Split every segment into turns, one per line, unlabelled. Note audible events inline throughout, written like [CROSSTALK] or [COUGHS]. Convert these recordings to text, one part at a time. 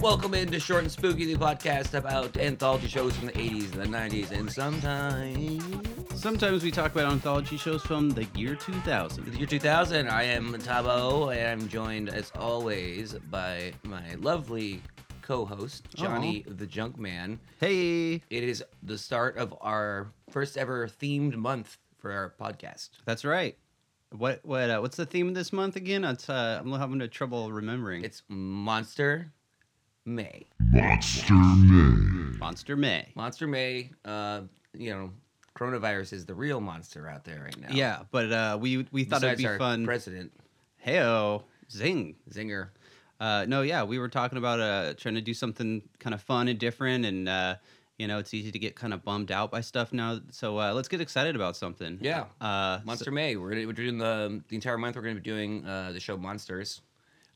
Welcome into Short and Spooky, the podcast about anthology shows from the 80s and the 90s, and sometimes
Sometimes we talk about anthology shows from the year
the
2000.
year 2000. I am Tabo, and I'm joined as always by my lovely co host,
Uh-huh.
Johnny the Junk Man.
Hey,
It is the start of our first ever themed month for our podcast.
that's right. What what uh, what's the theme of this month again? It's, uh, I'm having a trouble remembering.
It's Monster May.
Monster May.
Monster May.
Monster May, uh, you know, coronavirus is the real monster out there right now.
Yeah, but uh, we we thought
Besides
it'd
our
be fun.
president,
Heyo, zing.
Zinger.
Uh, no, yeah, we were talking about uh, trying to do something kind of fun and different, and uh, you know, it's easy to get kind of bummed out by stuff now. So uh, let's get excited about something.
Yeah.
Uh,
Monster May. We're, gonna, we're doing the the entire month. We're going to be doing uh, the show Monsters.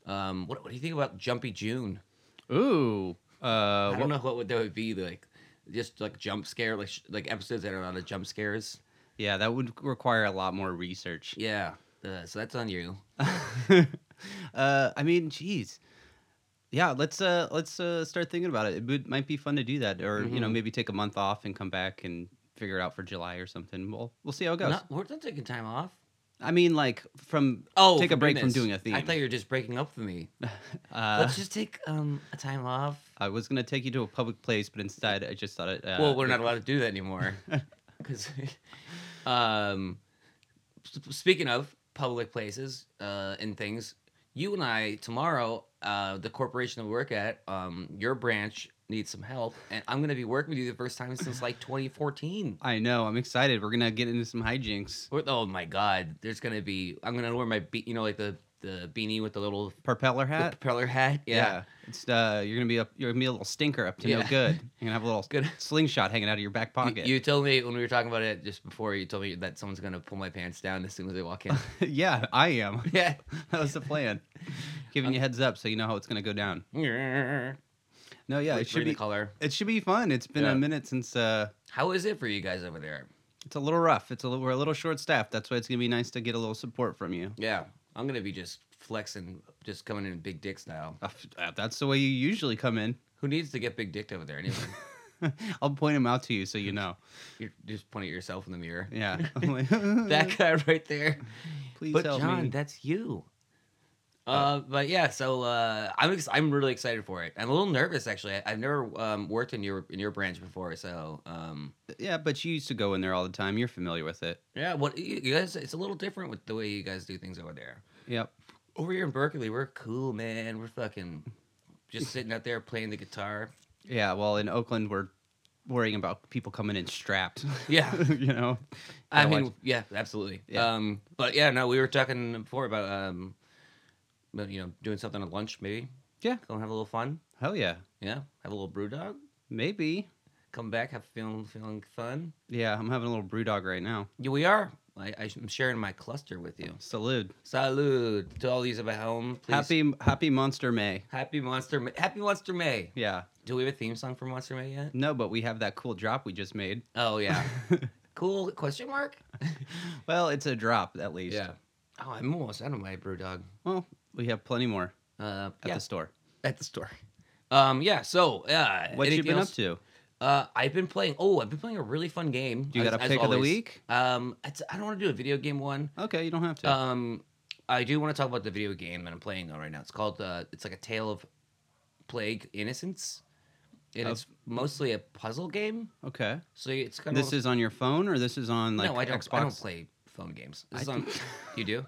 Um, what, what do you think about Jumpy June?
so- ooh. Uh,
I
what-
don't know what would that would be like. Just like jump scare, like sh- like episodes that are a lot of jump scares.
yeah, that would require a lot more research.
Yeah. Uh, so that's on you.
[LAUGHS] uh, I mean, geez, yeah. Let's uh, let's uh, start thinking about it. It would, might be fun to do that, or you know,
Mhm.
maybe take a month off and come back and figure it out for July or something. We'll we'll see how it goes.
Not, we're not taking time off.
I mean, like from
Oh,
Take a
for
break from
goodness.
doing a theme.
I thought you were just breaking up with me.
uh,
Let's just take um a time off.
I was gonna take you to a public place, but instead I just thought it. Uh,
well, we're not allowed to do that
[LAUGHS]
anymore. Because, um, s- speaking of public places uh, and things, you and I tomorrow, uh, the corporation I work at, um, your branch needs some help, and I'm gonna be working with you the first time since
[LAUGHS]
like 2014.
I know. I'm excited. We're gonna get into some hijinks.
Or- Oh my God! There's gonna be. I'm gonna wear my be- you know like the the beanie with the little
Propeller
the
hat.
propeller hat. yeah.
It's uh, you're gonna be up. You're gonna be a little stinker up to no
Yeah. [LAUGHS]
good. You're gonna have a little
Good.
slingshot hanging out of your back
Y-
pocket.
You told me when we were talking about it just before. You told me that someone's gonna pull my pants down as soon as they walk
[LAUGHS]
in.
[LAUGHS]
[LAUGHS]
yeah, I am. [LAUGHS]
yeah.
that was the plan. Giving you heads up so you know how it's gonna go down. No, yeah,
Re-
it should
read the
be
color.
it should be fun. It's been
Yeah.
a minute since uh
How is it for you guys over there?
it's a little rough. It's a little, we're a little short staffed. That's why it's gonna be nice to get a little support from you.
Yeah, I'm gonna be just flexing, just coming in big dick style.
Uh, That's the way you usually come in. [LAUGHS]
Who needs to get big dicked over there anyway? [LAUGHS]
I'll point them out to you so you know.
You're just pointing at yourself in the mirror.
Yeah.
[LAUGHS]
I'm like, that
That guy [LAUGHS] right there.
[LAUGHS] please
but
help
John,
me.
that's you. Uh, but yeah, so uh, I'm ex- I'm really excited for it. I'm a little nervous actually. I- I've never um, worked in your in your branch before, so um,
yeah, but you used to go in there all the time. You're familiar with it.
yeah. What you you guys? It's a little different with the way you guys do things over there.
Yep.
Over here in Berkeley, we're cool, man. We're fucking just sitting out there playing the guitar.
Yeah. Well, in Oakland, we're worrying about people coming in strapped.
Yeah.
[LAUGHS] you know.
I
Gotta
mean,
watch-
yeah, absolutely.
Yeah.
Um, but yeah, no, we were talking before about um, about, you know, doing something at lunch, maybe.
Yeah.
Go and have a little fun.
hell yeah.
Yeah, have a little brew dog.
Maybe.
Come back, have feeling feeling fun.
Yeah, I'm having a little brew dog right now.
Yeah, we are. I, I'm sharing my cluster with you.
Salute.
Salud to all these at home. Please.
Happy Happy Monster May.
Happy Monster May. Happy Monster May.
Yeah.
Do we have a theme song for Monster May yet?
No, but we have that cool drop we just made.
Oh yeah. [LAUGHS] cool question mark.
Well, it's a drop at least.
Yeah. Oh, I'm almost out of my brew dog.
Well, we have plenty more
Uh,
at
yeah,
the store.
at the store. Um, yeah. So, yeah.
What you been up to?
Uh, I've been playing. Oh, I've been playing a really fun game.
Do you got
as-
a
as
pick of the
always.
week?
Um, it's, I don't want to do a video game one.
Okay, you don't have to.
Um, I do want to talk about the video game that I'm playing though right now. It's called. Uh, it's like a Tale of Plague Innocence, and
Of-
it's mostly a puzzle game.
okay.
So it's kind
Oh. This
of
is on your phone or this is on like
no, I don't.
Xbox?
I don't play phone games. This
I
is on. you
[LAUGHS]
do?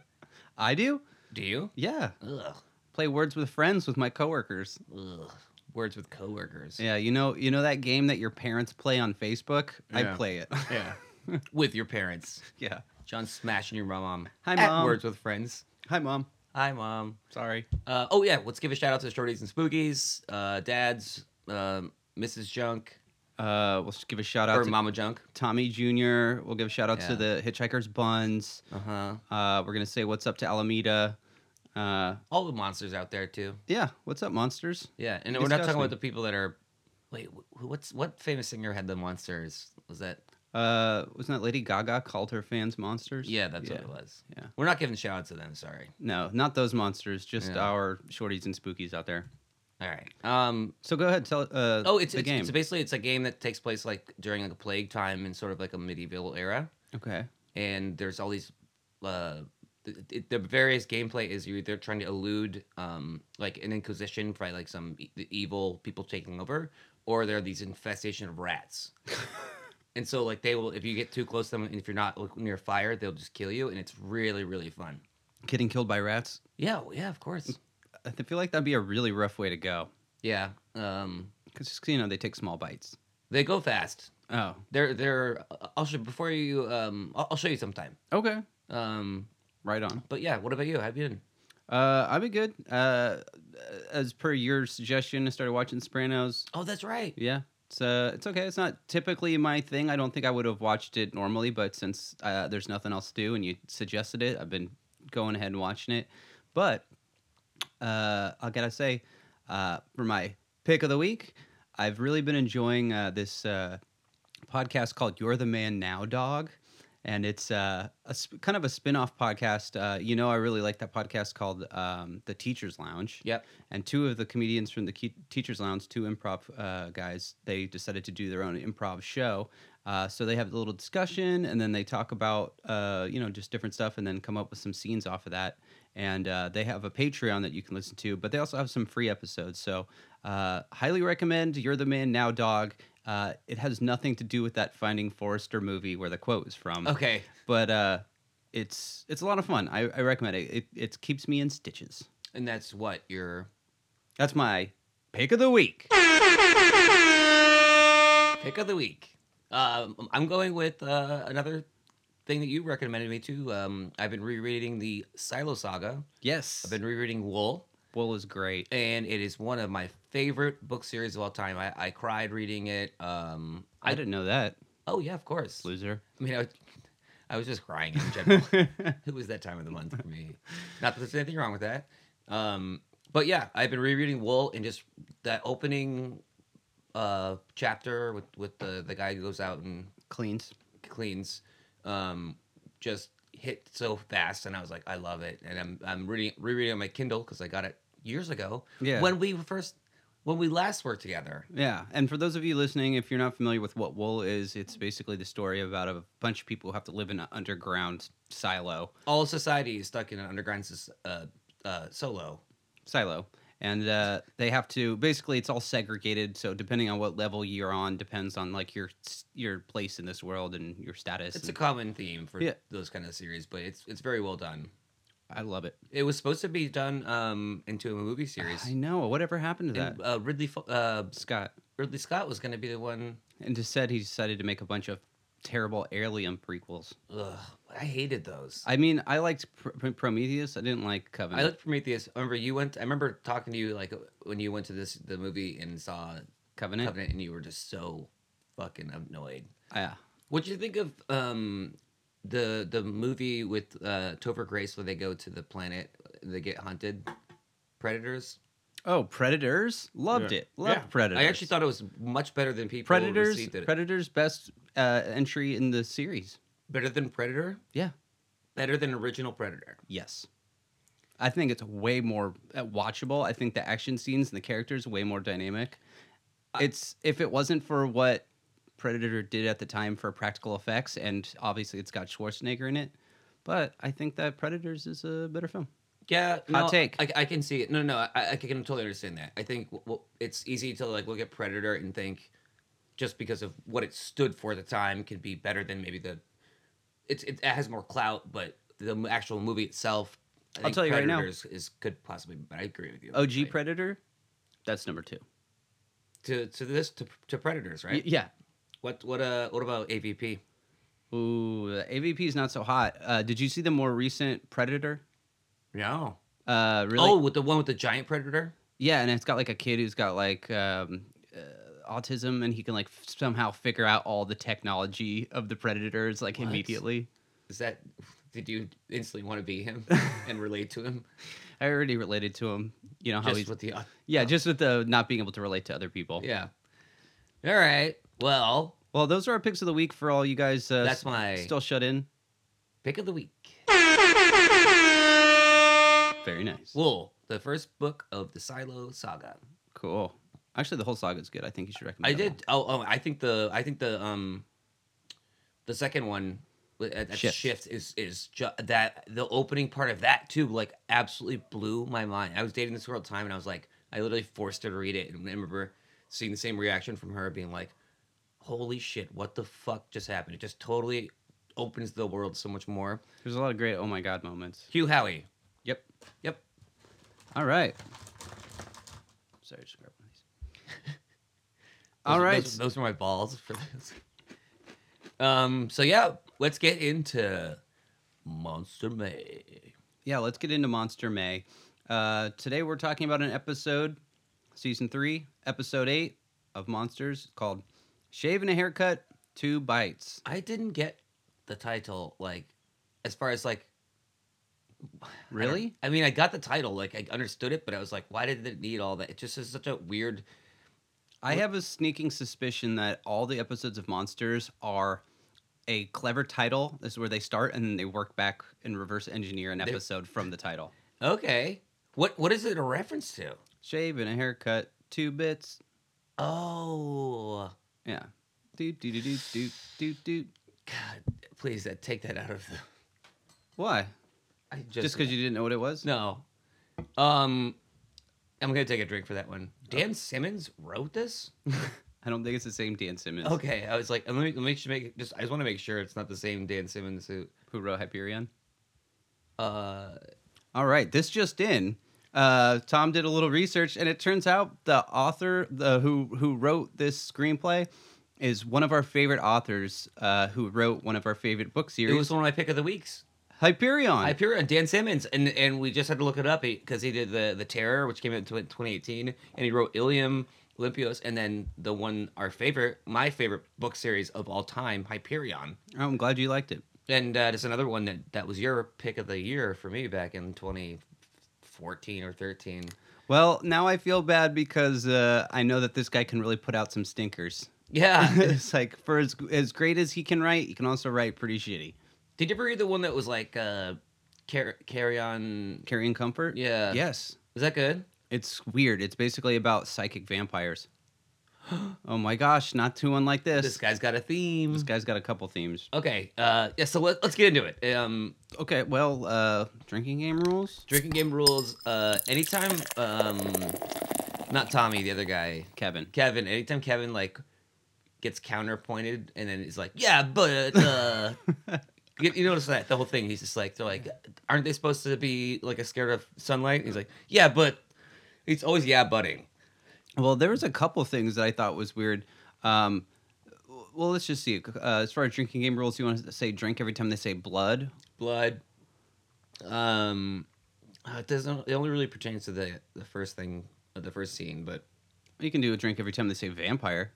I do?
Do you?
Yeah.
Ugh.
Play Words with Friends with my coworkers.
Ugh. Words with coworkers.
Yeah, you know, you know that game that your parents play on Facebook? I
Yeah. [LAUGHS]
play it. [LAUGHS]
Yeah. with your parents.
yeah.
John smashing your mom.
Hi,
At
Mom.
Words with friends.
Hi mom.
Hi, mom.
Sorry.
Uh, oh yeah, let's give a shout out to the shorties and spookies, uh, dads, um, Mrs. Junk
Uh, we'll just give a shout out
or
to
Mama Junk.
Tommy Jr. We'll give a shout out
Yeah.
to the Hitchhiker's Buns.
Uh huh.
Uh, we're gonna say what's up to Alameda. Uh,
All the monsters out there too.
yeah, what's up, monsters?
Yeah, and we're not talking
Disgusting.
about the people that are. Wait, wh- what's what famous singer had the monsters? Was that
Uh, wasn't that Lady Gaga called her fans monsters?
Yeah, that's what it was.
yeah.
We're not giving shout outs to them, sorry.
No, not those monsters. Just
Yeah.
our shorties and spookies out there.
All right. Um
So go ahead, tell. Uh,
oh it's
the
it's,
game.
it's basically it's a game that takes place like during like a plague time in sort of like a medieval era.
okay.
and there's all these uh th- th- the various gameplay is you're either trying to elude um like an inquisition by like some e- the evil people taking over or there are these infestation of rats [LAUGHS] and so like they will if you get too close to them and if you're not like, near fire they'll just kill you and it's really really fun
Getting killed by rats.
yeah oh, yeah of course
I th- feel like that'd be a really rough way to go
[LAUGHS] yeah um
because you know they take small bites.
they go fast
Oh,
they're they're uh, i'll show before you um i'll, I'll show you sometime
okay.
um
Right on.
but yeah what about you have you been
Uh, I've been good. Uh, as per your suggestion, I started watching Sopranos.
oh that's right
Yeah, it's uh, it's okay. It's not typically my thing. I don't think I would have watched it normally, but since uh, there's nothing else to do and you suggested it, I've been going ahead and watching it. But uh, I gotta say, uh, for my pick of the week, I've really been enjoying uh, this uh, podcast called "You're the Man Now, Dog." And it's uh, a sp- kind of a spin off podcast. Uh, you know, I really like that podcast called um, The Teacher's Lounge
yep
and two of the comedians from the Ke- teachers lounge two improv uh, guys they decided to do their own improv show uh, so they have a little discussion and then they talk about uh, you know just different stuff and then come up with some scenes off of that and uh, they have a patreon that you can listen to but they also have some free episodes so uh, highly recommend you're the man now dog uh, it has nothing to do with that finding forrester movie where the quote was from
okay
but uh, it's it's a lot of fun i, I recommend it. it it keeps me in stitches
And that's what your
that's my pick of the week.
pick of the week. Um, I'm going with uh, another thing that you recommended me to. Um, I've been rereading the Silo Saga.
Yes.
I've been rereading Wool,
Wool is great.
and it is one of my favorite book series of all time. I, I cried reading it. Um,
I didn't know that,
oh yeah, of course.
loser.
I mean, I, I was just crying in general. it was that time of the month for me. Not that there's anything wrong with that. Um, but yeah, I've been rereading Wool and just that opening uh, chapter with, with the, the guy who goes out and
Cleans.
cleans um, just hit so fast. And I was like, I love it. And I'm, I'm reading, rereading on my Kindle because I got it years ago.
Yeah.
When we first, when we last worked together.
Yeah. And for those of you listening, if you're not familiar with what wool is, it's basically the story about a bunch of people who have to live in an underground silo.
All society is stuck in an underground sus- uh, uh, solo.
Silo. And uh, they have to basically it's all segregated. So depending on what level you're on, depends on like your your place in this world and your status.
It's a
and-
common theme for
Yeah.
those kind of series, but it's it's very well done.
I love it.
It was supposed to be done um, into a movie series.
I know. Whatever happened to that,
And, uh, Ridley Fo- uh,
Scott?
Ridley Scott was going to be the one.
And just said he decided to make a bunch of terrible Alien prequels.
Ugh, I hated those. I,
I mean, I liked Pr- Pr- Prometheus. I didn't like Covenant.
I liked Prometheus. I remember you went. I remember talking to you like when you went to this the movie and saw
Covenant.
Covenant, and you were just so fucking annoyed.
Yeah.
What do you think of um, the the movie with uh, Topher Grace where they go to the planet, they get hunted, predators?
Oh, Predators. Loved
Yeah.
it. Loved
Yeah.
Predators.
I actually thought it was much better than people
Predators.
received it.
Predators best uh, entry in the series.
better than Predator?
Yeah.
Better than original Predator.
Yes. I think it's way more uh, watchable. I think the action scenes and the characters way more dynamic. It's if it wasn't for what Predator did at the time for practical effects, and obviously it's got Schwarzenegger in it, but I think that Predators is a better film.
Yeah,
Hot
no,
take.
I, I can see it. No, no, I, I can totally understand that. I think w- w- it's easy to like look at Predator and think just because of what it stood for at the time can be better than maybe the. It's it has more clout, but the m- actual movie itself. I
I'll tell you right now.
Predators is could possibly, but I agree with you.
OG
Like,
Predator, that's number two.
to to this to, to Predators,
Y-
right?
yeah.
What what uh what about AVP?
Ooh, the AVP is not so hot. Uh, did you see the more recent Predator?
No.
Uh, really?
Oh, with the one with the giant predator.
Yeah, and it's got like a kid who's got like um, uh, autism, and he can like f- somehow figure out all the technology of the predators like
What?
immediately.
Is that [LAUGHS] did you instantly want to be
[LAUGHS]
him and relate to him?
I already related to him. You know how
Just oh.
he's
with the
yeah, just with the not being able to relate to other people.
yeah. All right. Well,
Well, those are our picks of the week for all you guys. Uh,
That's my
still shut in.
pick of the week.
Very nice.
Wool, the first book of the Silo Saga.
cool. Actually, the whole saga's good. I think you should recommend.
I
that
did. Oh, oh, I think the I think the um, the second one, wi- at, at
Shift.
shift. is is ju- that the opening part of that too, like absolutely blew my mind. I was dating this girl at the time, and I was like, I literally forced her to read it, and I remember seeing the same reaction from her, being like, "Holy shit, what the fuck just happened?" It just totally opens the world so much more.
one. There's a lot of great oh my god moments.
Hugh Howey.
Yep.
Yep.
All right. Sorry, just grab one of these.
[LAUGHS] Those-
All right.
Those, those are my balls for this. [LAUGHS] Um. So yeah, let's get into Monster May.
Yeah, let's get into Monster May. Uh, today we're talking about an episode, season three, episode eight of Monsters called Shave and a Haircut, Two Bites.
I didn't get the title. Like, as far as like, I don't-
Really?
I, mean, I got the title. Like, I understood it, but I was like, why did it need all that? It just is such a weird.
I have a sneaking suspicion that all the episodes of Monsters are a clever title. This is where they start, and then they work back and reverse engineer an
They-
episode from the title.
Okay. What What is it a reference to?
Shave and a haircut, two bits.
Oh,
Yeah. Do do do do do do do.
God! Please, uh, take that out of the.
Why?
I just
Just because you didn't know what it was?
No. Um I'm gonna take a drink for that one. Dan Simmons wrote this?
I don't think it's the same Dan Simmons
Okay. I was like, let me let me just make just I just wanna make sure it's not the same Dan Simmons who
who wrote Hyperion.
uh
All right, this just in. Uh, Tom did a little research, and it turns out the author the, who who wrote this screenplay is one of our favorite authors uh, who wrote one of our favorite book
it
series,
was one of my pick of the weeks.
Hyperion.
I appear on Dan Simmons and and we just had to look it up because he did the the Terror, which came out in tw- 2018, and he wrote Ilium, Olympios, and then the one our favorite, my favorite book series of all time, Hyperion.
Oh, I'm glad you liked it.
And uh, there's another one that that was your pick of the year for me back in 2014 or 13.
Well, now I feel bad because uh, I know that this guy can really put out some stinkers.
Yeah.
[LAUGHS] it's like for as as great as he can write, he can also write pretty shitty.
Did you ever read the one that was like uh, car- carry on?
Carrying comfort.
Yeah.
Yes.
Is that good?
It's weird. It's basically about psychic vampires. oh my gosh, not too unlike this.
This guy's got a theme.
This guy's got a couple themes.
Okay. Uh, yeah. So let, let's get into it. Um,
Okay, well, uh, drinking game rules.
drinking game rules. Uh, anytime. Um, not Tommy, the other guy,
Kevin.
Kevin. Anytime Kevin like gets counterpointed and then is like, yeah, but uh, you, you notice that the whole thing. He's just like, they're like, aren't they supposed to be like a scared of sunlight? He's like, yeah, but it's always yeah, butting.
Well, there was a couple things that I thought was weird. Um, w- well, let's just see. Uh, as far as drinking game rules, you want to say drink every time they say blood.
blood. Um, uh, it doesn't. It only really pertains to the the first thing, uh, the first scene. But
You can do a drink every time they say vampire.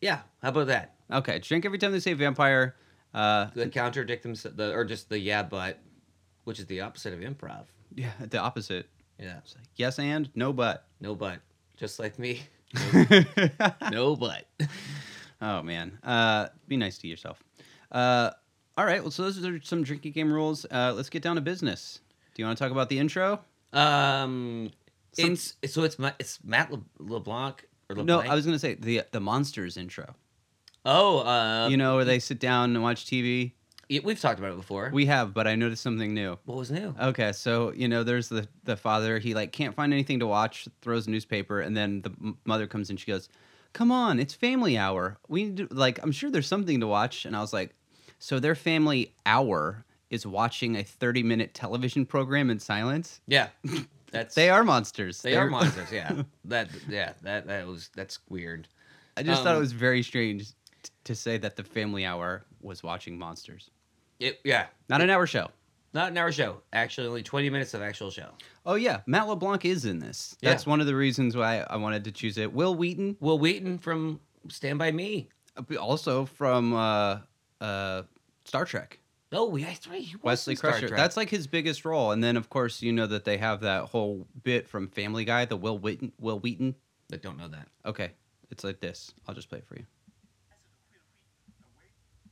yeah, how about that?
Okay, drink every time they say vampire. Uh,
The contradict themselves, the, or just the yeah, but, which is the opposite of improv.
yeah, the opposite.
Yeah,
It's like yes and no but. [LAUGHS]
no but, just like me, no but.
Oh man, uh, be nice to yourself. Uh, all right, well, so those are some drinking game rules. Uh, let's get down to business. Do you want to talk about the intro?
Um,
Some-
it's so it's Ma- it's Matt Le- LeBlanc or
No,
LeBlanc.
I was gonna say the the monsters intro.
Oh, uh,
you know, where they sit down and watch TV.
yeah, we've talked about it before.
We Uh, have, but I noticed something new.
what was new?
Okay, so you know, there's the the father. He like can't find anything to watch. Throws a newspaper, and then the m- mother comes in. She goes, "Come on, it's family hour. We need to, like, I'm sure there's something to watch." And I was like, "So their family hour is watching a 30 minute television program in silence.
yeah, that's
[LAUGHS] They are monsters.
They are monsters, yeah. That yeah, that that was that's weird.
[LAUGHS] I just thought
Um,
it was very strange t- to say that the family hour was watching monsters.
It yeah.
Not an hour show.
Not an hour show. Actually only twenty minutes of actual show.
Oh yeah, Matt LeBlanc is in this. That's
Yeah.
one of the reasons why I wanted to choose it. Will Wheaton,
Will Wheaton from Stand By Me.
uh, also from uh, uh, Star Trek,
Oh, we that's right. he was
Wesley
in Star
Crusher.
Trek.
That's like his biggest role. And then of course you know that they have that whole bit from Family Guy, the Will Wheaton. Will Wheaton. [LAUGHS]
I don't know that.
Okay, it's like this. I'll just play it for you.
As a real creature,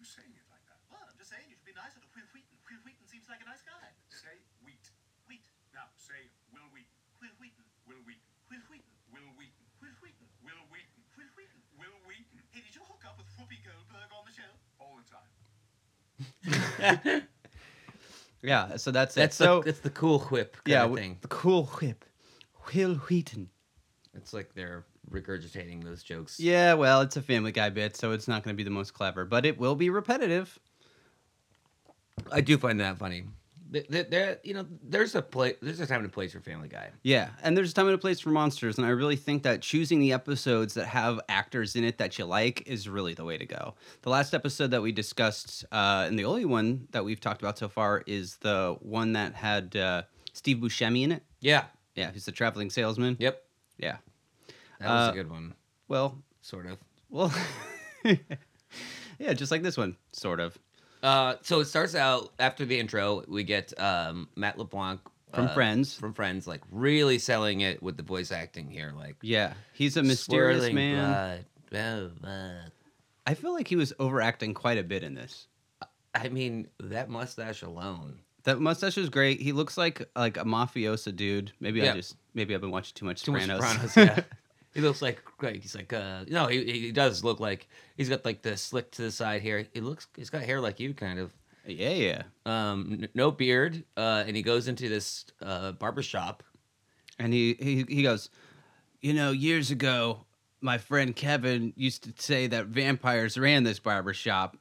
just saying, you should be nicer to Will Wheaton. Will Wheaton seems like a nice guy.
Say wheat.
Wheat.
Now say Will Wheaton.
Will Wheaton.
Will Wheaton.
Will Wheaton.
Will Wheaton.
Will Wheaton.
Will Wheaton.
Will Wheaton.
Will Wheaton.
Hey, did you hook up with Whoopi Goldberg on the show?
All the time.
Yeah, so that's,
That's
it. So
the, that's the cool whip kind
yeah,
of
w-
thing.
the cool whip, Will Wheaton.
It's like they're regurgitating those jokes.
Yeah, well, it's a Family Guy bit, so it's not going to be the most clever, but it will be repetitive.
I do find that funny. Th- th- There, you know, there's a play. There's a time and a place for Family Guy.
Yeah, and there's a time and a place for monsters, and I really think that choosing the episodes that have actors in it that you like is really the way to go. The last episode that we discussed, uh, and the only one that we've talked about so far, is the one that had uh, Steve Buscemi in it.
Yeah.
Yeah, he's the traveling salesman.
Yep.
Yeah.
That was
Uh,
a good one,
Well,
sort of.
well, [LAUGHS] yeah, just like this one, sort of,
Uh, so it starts out after the intro. We get um, Matt LeBlanc
from
uh,
Friends.
From Friends, like really selling it with the voice acting here, like
yeah, he's a mysterious
swirling
man.
blood. Oh, uh,
I feel like he was overacting quite a bit in this.
I mean, that mustache alone.
That mustache is great. He looks like like a mafiosa dude. Maybe I
Yeah.
just maybe I've been watching too much
Too much
Sopranos. [LAUGHS]
Sopranos, [LAUGHS] yeah. He looks like like he's like uh no he he does look like he's got like the slick to the side hair. He looks he's got hair like you kind of.
yeah, yeah.
Um, n- no beard, uh, and he goes into this uh barber shop.
And he, he he goes, you know, years ago, my friend Kevin used to say that vampires ran this barber shop,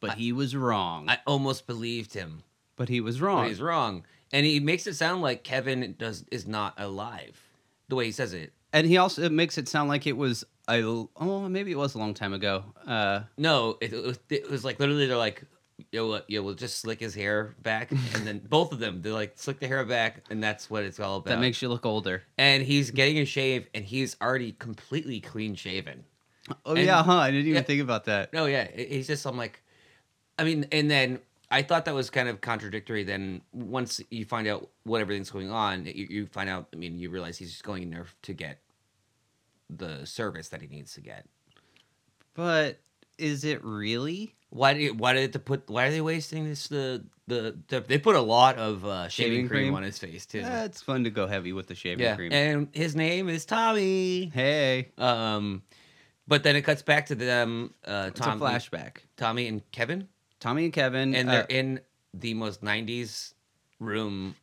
but he was wrong.
I almost believed him.
but he was wrong.
But he's wrong, and he makes it sound like Kevin does is not alive. The way he says it,
And he also it makes it sound like it was a l- oh maybe it was a long time ago. Uh,
no, it, it, was, it was like literally they're like, yo, uh, yo, we'll just slick his hair back, and then [LAUGHS] both of them they're like slick the hair back, and that's what it's all about.
that makes you look older.
and he's getting a shave, and he's already completely clean shaven.
Oh
And-
yeah, huh? I didn't even
yeah.
think about that.
No, yeah, it- he's just. I'm like, I mean, and then I thought that was kind of contradictory. Then once you find out what everything's going on, you, you find out. I mean, you realize he's just going in there to get the service that he needs to get.
But is it really?
Why did why did they put why are they wasting this the the, the they put a lot of uh, shaving,
Shaving
cream,
cream?
on his face too.
Yeah, it's fun to go heavy with the shaving
yeah,
cream.
and his name is Tommy.
hey,
Um, but then it cuts back to them. Uh,
it's a
Tom,
flashback.
Tommy and Kevin,
Tommy and Kevin,
and
uh,
they're in the most '90s room,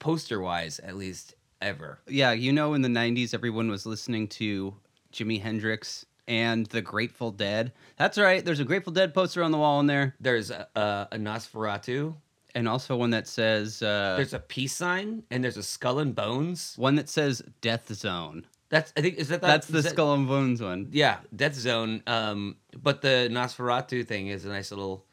poster wise at least ever.
yeah, you know, in the '90s, everyone was listening to Jimi Hendrix and the Grateful Dead. That's right. There's a Grateful Dead poster on the wall in there,
There's a, a, a Nosferatu.
and also one that says uh,
There's a peace sign, and there's a skull and bones.
one that says Death Zone.
That's I think is that, that
That's the
is that-
Skull and Bones one.
Yeah, Death Zone. Um, but the Nosferatu thing is a nice little,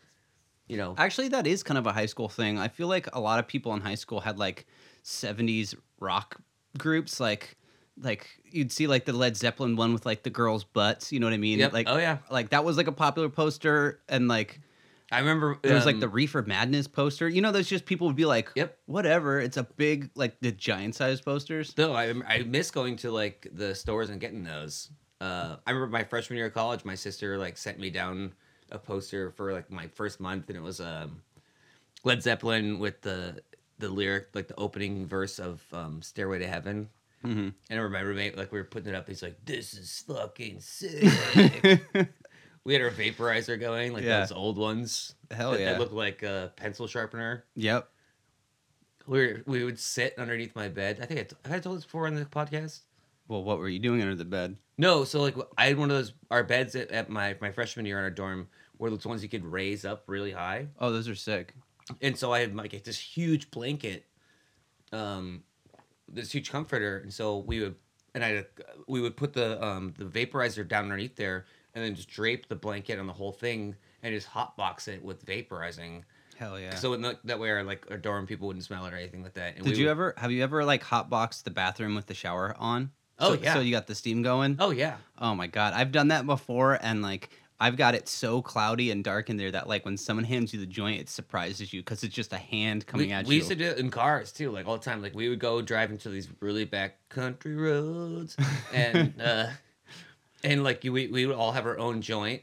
you know.
Actually, that is kind of a high school thing. I feel like a lot of people in high school had like '70s rock groups, like like you'd see like the Led Zeppelin one with like the girls' butts. You know what I mean?
Yep.
Like
oh yeah,
like that was like a popular poster, and like
I remember.
there was like
um,
the Reefer Madness poster. You know, those just people would be like,
Yep.
whatever." It's a big like the giant sized posters.
No, I I miss going to like the stores and getting those. Uh, I remember my freshman year of college, my sister like sent me down a poster for like my first month, and it was um, Led Zeppelin with the the lyric like the opening verse of um, "Stairway to Heaven." And
Mhm.
I remember my roommate like we were putting it up. He's like, "This is fucking sick."
[LAUGHS]
we had our vaporizer going, like
Yeah.
those old ones.
Hell
that,
yeah.
That looked like a pencil sharpener
Yep.
we were, we would sit underneath my bed. I think I, t- have I told this before on the podcast.
Well, what were you doing under the bed?
No, so like I had one of those our beds at, at my my freshman year in our dorm were those ones you could raise up really high,
Oh, those are sick.
and so I had like this huge blanket, um, this huge comforter, and so we would and I we would put the um the vaporizer down underneath there, and then just drape the blanket on the whole thing and just hot box it with vaporizing.
Hell yeah.
So in the, that way, our like our dorm people wouldn't smell it or anything like that. And
Did
we
you
would-
ever have you ever like hotboxed the bathroom with the shower on?
Oh,
So-
yeah.
So you got the steam going.
Oh yeah.
Oh my god, I've done that before, and like I've got it so cloudy and dark in there that like when someone hands you the joint, it surprises you because it's just a hand coming
we,
at
we
you.
used to do it in cars too, like all the time. Like we would go drive into these really back country
[LAUGHS]
roads, and uh, and like you, we we would all have our own joint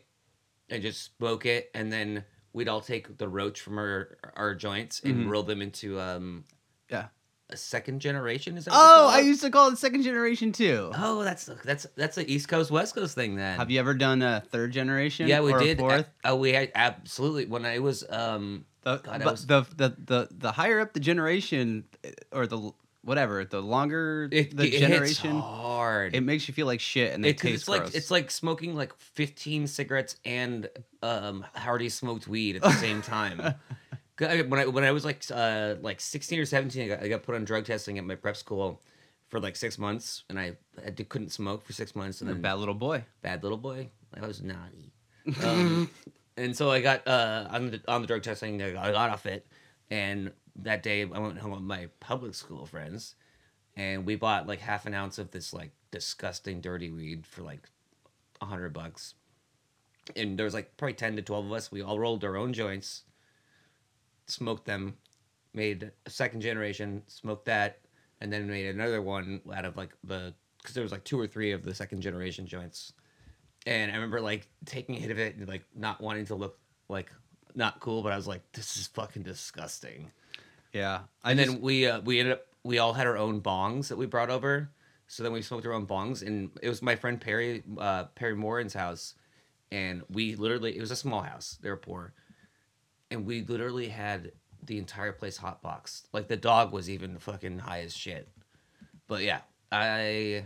and just smoke it, and then we'd all take the roach from our our joints and
Mhm.
roll them into um
Yeah.
a second generation is that what
Oh,
it's
I
called?
used to call it second generation too.
oh that's that's that's the East Coast West Coast thing then
Have you ever done a third generation?
yeah we
or a
did
Fourth?
oh we had, absolutely when I was um
The,
God, I
but
was-
the, the the the higher up the generation, eh, or the l- whatever, the longer
it,
the
it hits
generation,
hard
it makes you feel like shit, and they
It- 'cause
taste
it's like
gross.
it's like smoking like 15 cigarettes and um already smoked weed at the same
[LAUGHS]
time 'Cause I- when i when i was like uh like 16 or 17 I got, I got put on drug testing at my prep school for like six months and i, I did, couldn't smoke for six months and
You're a
then
bad little boy.
bad little boy i was naughty um, and so i got uh on the on the drug testing i got, I got off it and that day i went home with my public school friends and we bought like half an ounce of this like disgusting dirty weed for like a hundred bucks. And there was like probably ten to twelve of us. We all rolled our own joints, smoked them, made a second generation, smoked that, and then made another one out of like the because there was like two or three of the second generation joints. And I remember like taking a hit of it and like not wanting to look like not cool, but I was like, this is fucking disgusting
Yeah, I
and
just-
then we uh, we ended up we all had our own bongs that we brought over. So then we smoked our own bongs, and it was my friend Perry uh, Perry Morin's house, and we literally it was a small house. They were poor, and we literally had the entire place hotboxed. Like the dog was even fucking high as shit. But yeah, I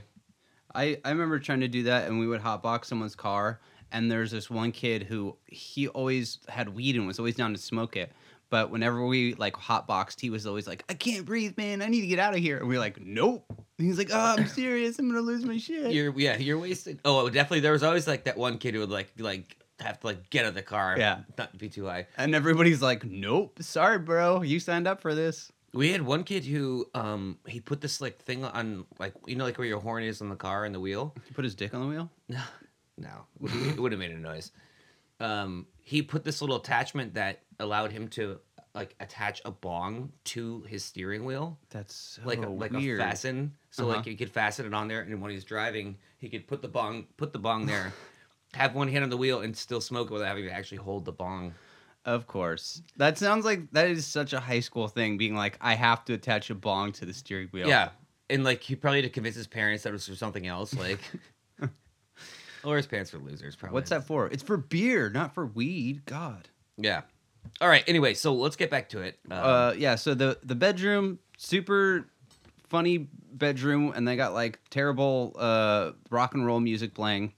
I, I remember trying to do that, and we would hotbox someone's car. And there's this one kid who he always had weed and was always down to smoke it. But whenever we like hotboxed, he was always like, "I can't breathe, man. I need to get out of here." And we were like, "Nope." And he's like, "Oh, [COUGHS] I'm serious. I'm gonna lose my shit."
you're yeah you're wasted. Oh, definitely there was always like that one kid who would like like have to like get out of the car.
Yeah.
not be too high.
and everybody's like, "Nope. Sorry, bro. You signed up for this."
We had one kid who um he put this like thing on like you know like where your horn is on the car and the wheel.
He put his dick on the wheel.
No, no, [LAUGHS] it would've- it would have made a noise. Um, he put this little attachment that allowed him to like attach a bong to his steering wheel,
That's so
like a, like
Oh, weird.
a fasten. So like
Uh-huh.
you could fasten it on there, and when he's driving, he could put the bong put the bong there, [LAUGHS] have one hand on the wheel, and still smoke it without having to actually hold the bong.
Of course. That sounds like that is such a high school thing. Being like, I have to attach a bong to the steering wheel.
Yeah. And like he probably had to convince his parents that it was for something else,
[LAUGHS]
like or his parents were losers, probably.
What's that for? It's for beer, not for weed. God.
Yeah. All right. Anyway, so let's get back to it. Um,
Uh, yeah. So the the bedroom, super funny bedroom, and they got like terrible uh rock and roll music playing.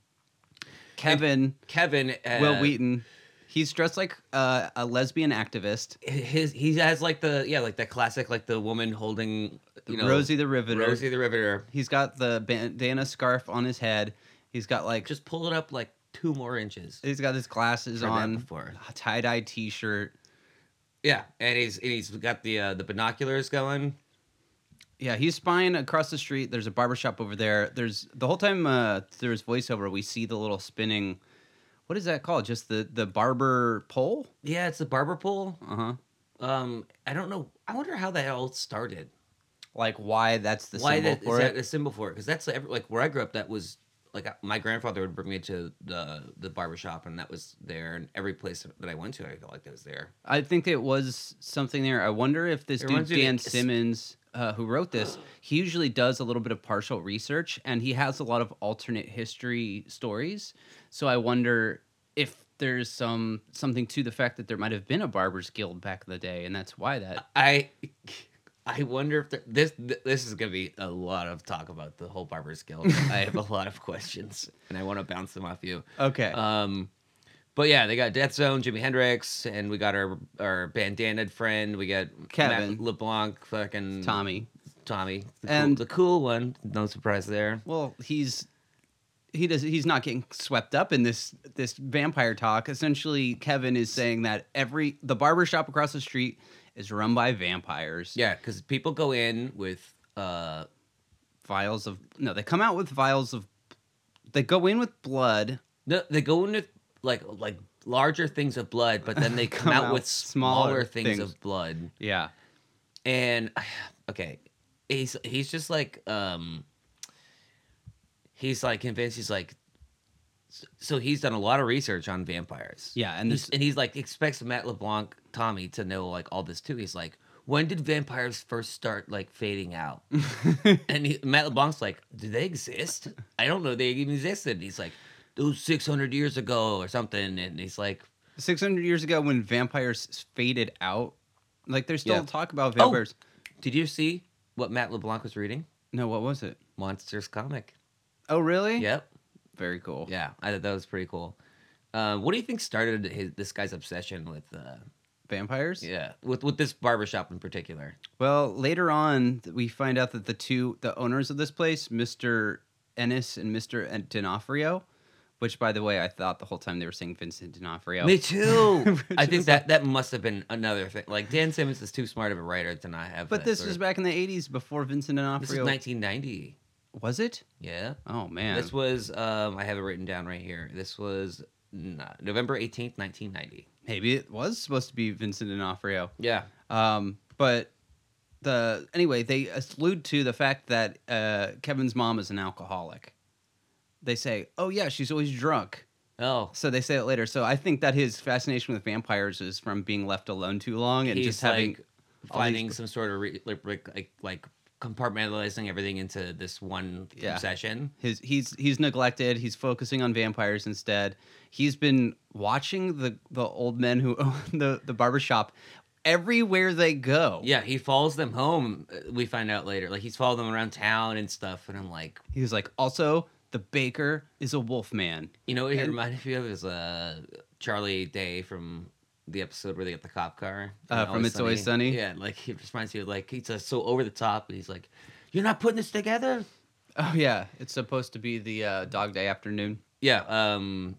Kevin
Kevin. Uh,
Will Wheaton, he's dressed like uh, a lesbian activist.
His he has like the yeah like that classic like the woman holding you know
Rosie the Riveter.
Rosie the Riveter.
He's got the bandana scarf on his head. He's got like
Just pull it up like two more inches.
he's got his glasses
Heard that
on,
before.
tie dye t shirt.
Yeah, and he's and he's got the uh, the binoculars going.
Yeah, he's spying across the street. There's a barbershop over there. There's the whole time uh, there's voiceover, we see the little spinning. What is that called? Just the the barber pole?
Yeah, it's the barber pole.
Uh huh.
Um, I don't know. I wonder how that all started.
Like why that's the
Why
symbol
that,
for
is
it?
that a symbol for it? Because that's every, like where I grew up. That was like my grandfather would bring me to the the barber shop, and that was there. And every place that I went to, I felt like that was there.
I think it was something there. I wonder if this
It
dude
reminds me of
Dan
the-
Simmons, uh, who
[GASPS]
wrote this, he usually does a little bit of partial research, and he has a lot of alternate history stories. So I wonder if there's some something to the fact that there might have been a barbers guild back in the day, and that's why that
I [LAUGHS] I wonder if there, this th- this is gonna be a lot of talk about the whole barber's guild. I have a lot of questions, and I want to bounce them off you.
Okay.
Um, but yeah, they got Death Zone, Jimi Hendrix, and we got our our bandanaed friend. We got
Kevin.
Matt LeBlanc, fucking
Tommy.
Tommy, the
And-
cool, the cool one. No surprise there.
Well, he's he does he's not getting swept up in this this vampire talk. Essentially, Kevin is saying that every the barbershop across the street is run by vampires.
Yeah, because people go in with uh
Vials of no, they come out with vials of they go in with blood,
no, they go in with like like larger things of blood, but then
[LAUGHS]
they come, out, with smaller, things,
things.
of blood.
yeah,
And [SIGHS] okay, he's he's just like um he's like convinced he's like So he's done a lot of research on vampires.
Yeah, and
and
this
he's, and he's like expects Matt LeBlanc, Tommy, to know like all this too. He's like, when did vampires first start like fading out?
[LAUGHS]
and he, Matt LeBlanc's like, do they exist? I don't know they even existed. he's like, those six hundred years ago or something. And he's like,
600 years ago when vampires s- faded out, like there's still
Yeah. Oh!
talk about vampires.
did you see what Matt LeBlanc was reading?
No, what was it?
Monsters comic.
Oh, really?
Yep.
Very cool.
Yeah, I thought that was pretty cool. Uh, what do you think started his, this guy's obsession with uh,
Vampires?
yeah with with this barbershop in particular?
Well, later on, th- we find out that the two, the owners of this place, Mr. Ennis and Mr. En- D'Onofrio, which, by the way, I thought the whole time they were saying Vincent D'Onofrio.
Me
[LAUGHS]
too.
Which
I think
is
that that must have been another thing. Like Dan Simmons is too smart of a writer to not have.
But
that
this
sort
is
of-
back in the 80s before Vincent
this
D'Onofrio.
is 1990.
was it?
Yeah.
Oh, man.
This was um I have it written down right here. This was no- November 18th, 1990.
Maybe it was supposed to be Vincent D'Onofrio.
Yeah.
Um, but the anyway, they allude to the fact that uh, Kevin's mom is an alcoholic. They say, "Oh yeah, she's always drunk."
Oh.
So they say it later. So I think that his fascination with vampires is from being left alone too long and
he's
just having.
like
all these-
finding some sort of re- like, like like compartmentalizing everything into this one
Yeah.
obsession.
his he's he's neglected. He's focusing on vampires instead. He's been watching the the old men who [LAUGHS] own the the barber shop everywhere they go.
Yeah, he follows them home. uh, We find out later. Like he's followed them around town and stuff. And I'm like,
He was like, also the baker is a wolf man. [LAUGHS]
You know what he
And-
reminded me of is uh, Charlie Day from the episode where they got the cop car. in
Uh, from It's Always Sunny?
Yeah, like he just reminds me of like he's uh, so over the top, and he's like, "You're not putting this together."
Oh yeah, it's supposed to be the uh, Dog Day afternoon.
Yeah, um,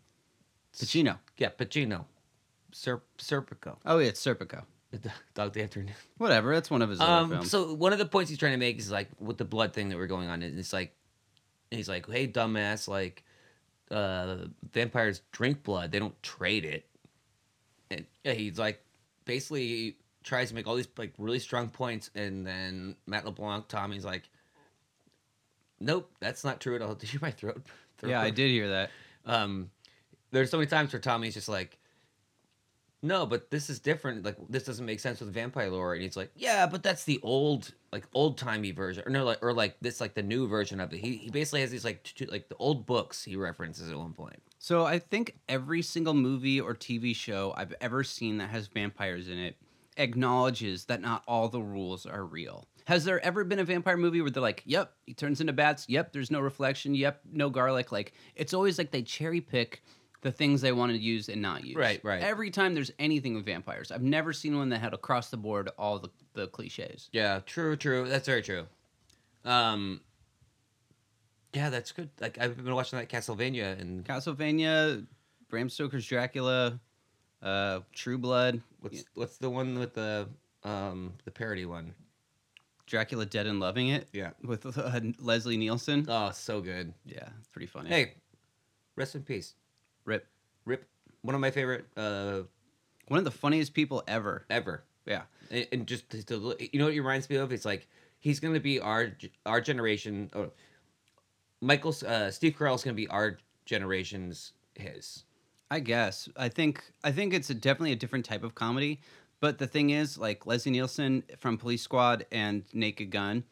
Pacino.
yeah, Pacino, Ser- Serpico, [LAUGHS]
Oh yeah, it's Serpico.
The Do- Dog Day Afternoon.
Whatever. That's one of his other
Um,
films.
so one of the points he's trying to make is like with the blood thing that we're going on, and it's like, and he's like, "Hey, dumbass, like, uh, vampires drink blood; they don't trade it." And yeah, he's like, basically tries to make all these like really strong points, and then Matt LeBlanc, Tommy's like, "Nope, that's not true at all." [LAUGHS] Did you hear my throat? throat
yeah, I
burp?
did hear that.
um there's so many times where tommy's just like no but this is different like this doesn't make sense with vampire lore and he's like yeah but that's the old like old timey version or no like or like this like the new version of it he, he basically has these like two, like the old books he references at one point
So I think every single movie or TV show I've ever seen that has vampires in it acknowledges that not all the rules are real. Has there ever been a vampire movie where they're like, "Yep, he turns into bats. Yep, there's no reflection. Yep, no garlic." Like it's always like they cherry pick the things they want to use and not use.
Right, right.
Every time there's anything with vampires, I've never seen one that had across the board all the, the cliches.
yeah true true that's very true um yeah that's good like i've been watching that castlevania and
Castlevania, Bram Stoker's Dracula, uh, True Blood,
what's what's the one with the um the parody one
Dracula Dead and Loving It.
yeah
with [LAUGHS] uh, Leslie Nielsen.
oh so good
Yeah, it's pretty funny.
hey rest in peace
Rip.
Rip, one of my favorite uh,
One of the funniest people ever.
ever,
Yeah.
and, and just to- to- you know what he reminds me of? It's like he's gonna be our g- our generation. Oh, Michael uh, Steve Carell's gonna be our generation's his.
I guess. I think I think it's a, definitely a different type of comedy, but the thing is like Leslie Nielsen from Police Squad and Naked Gun.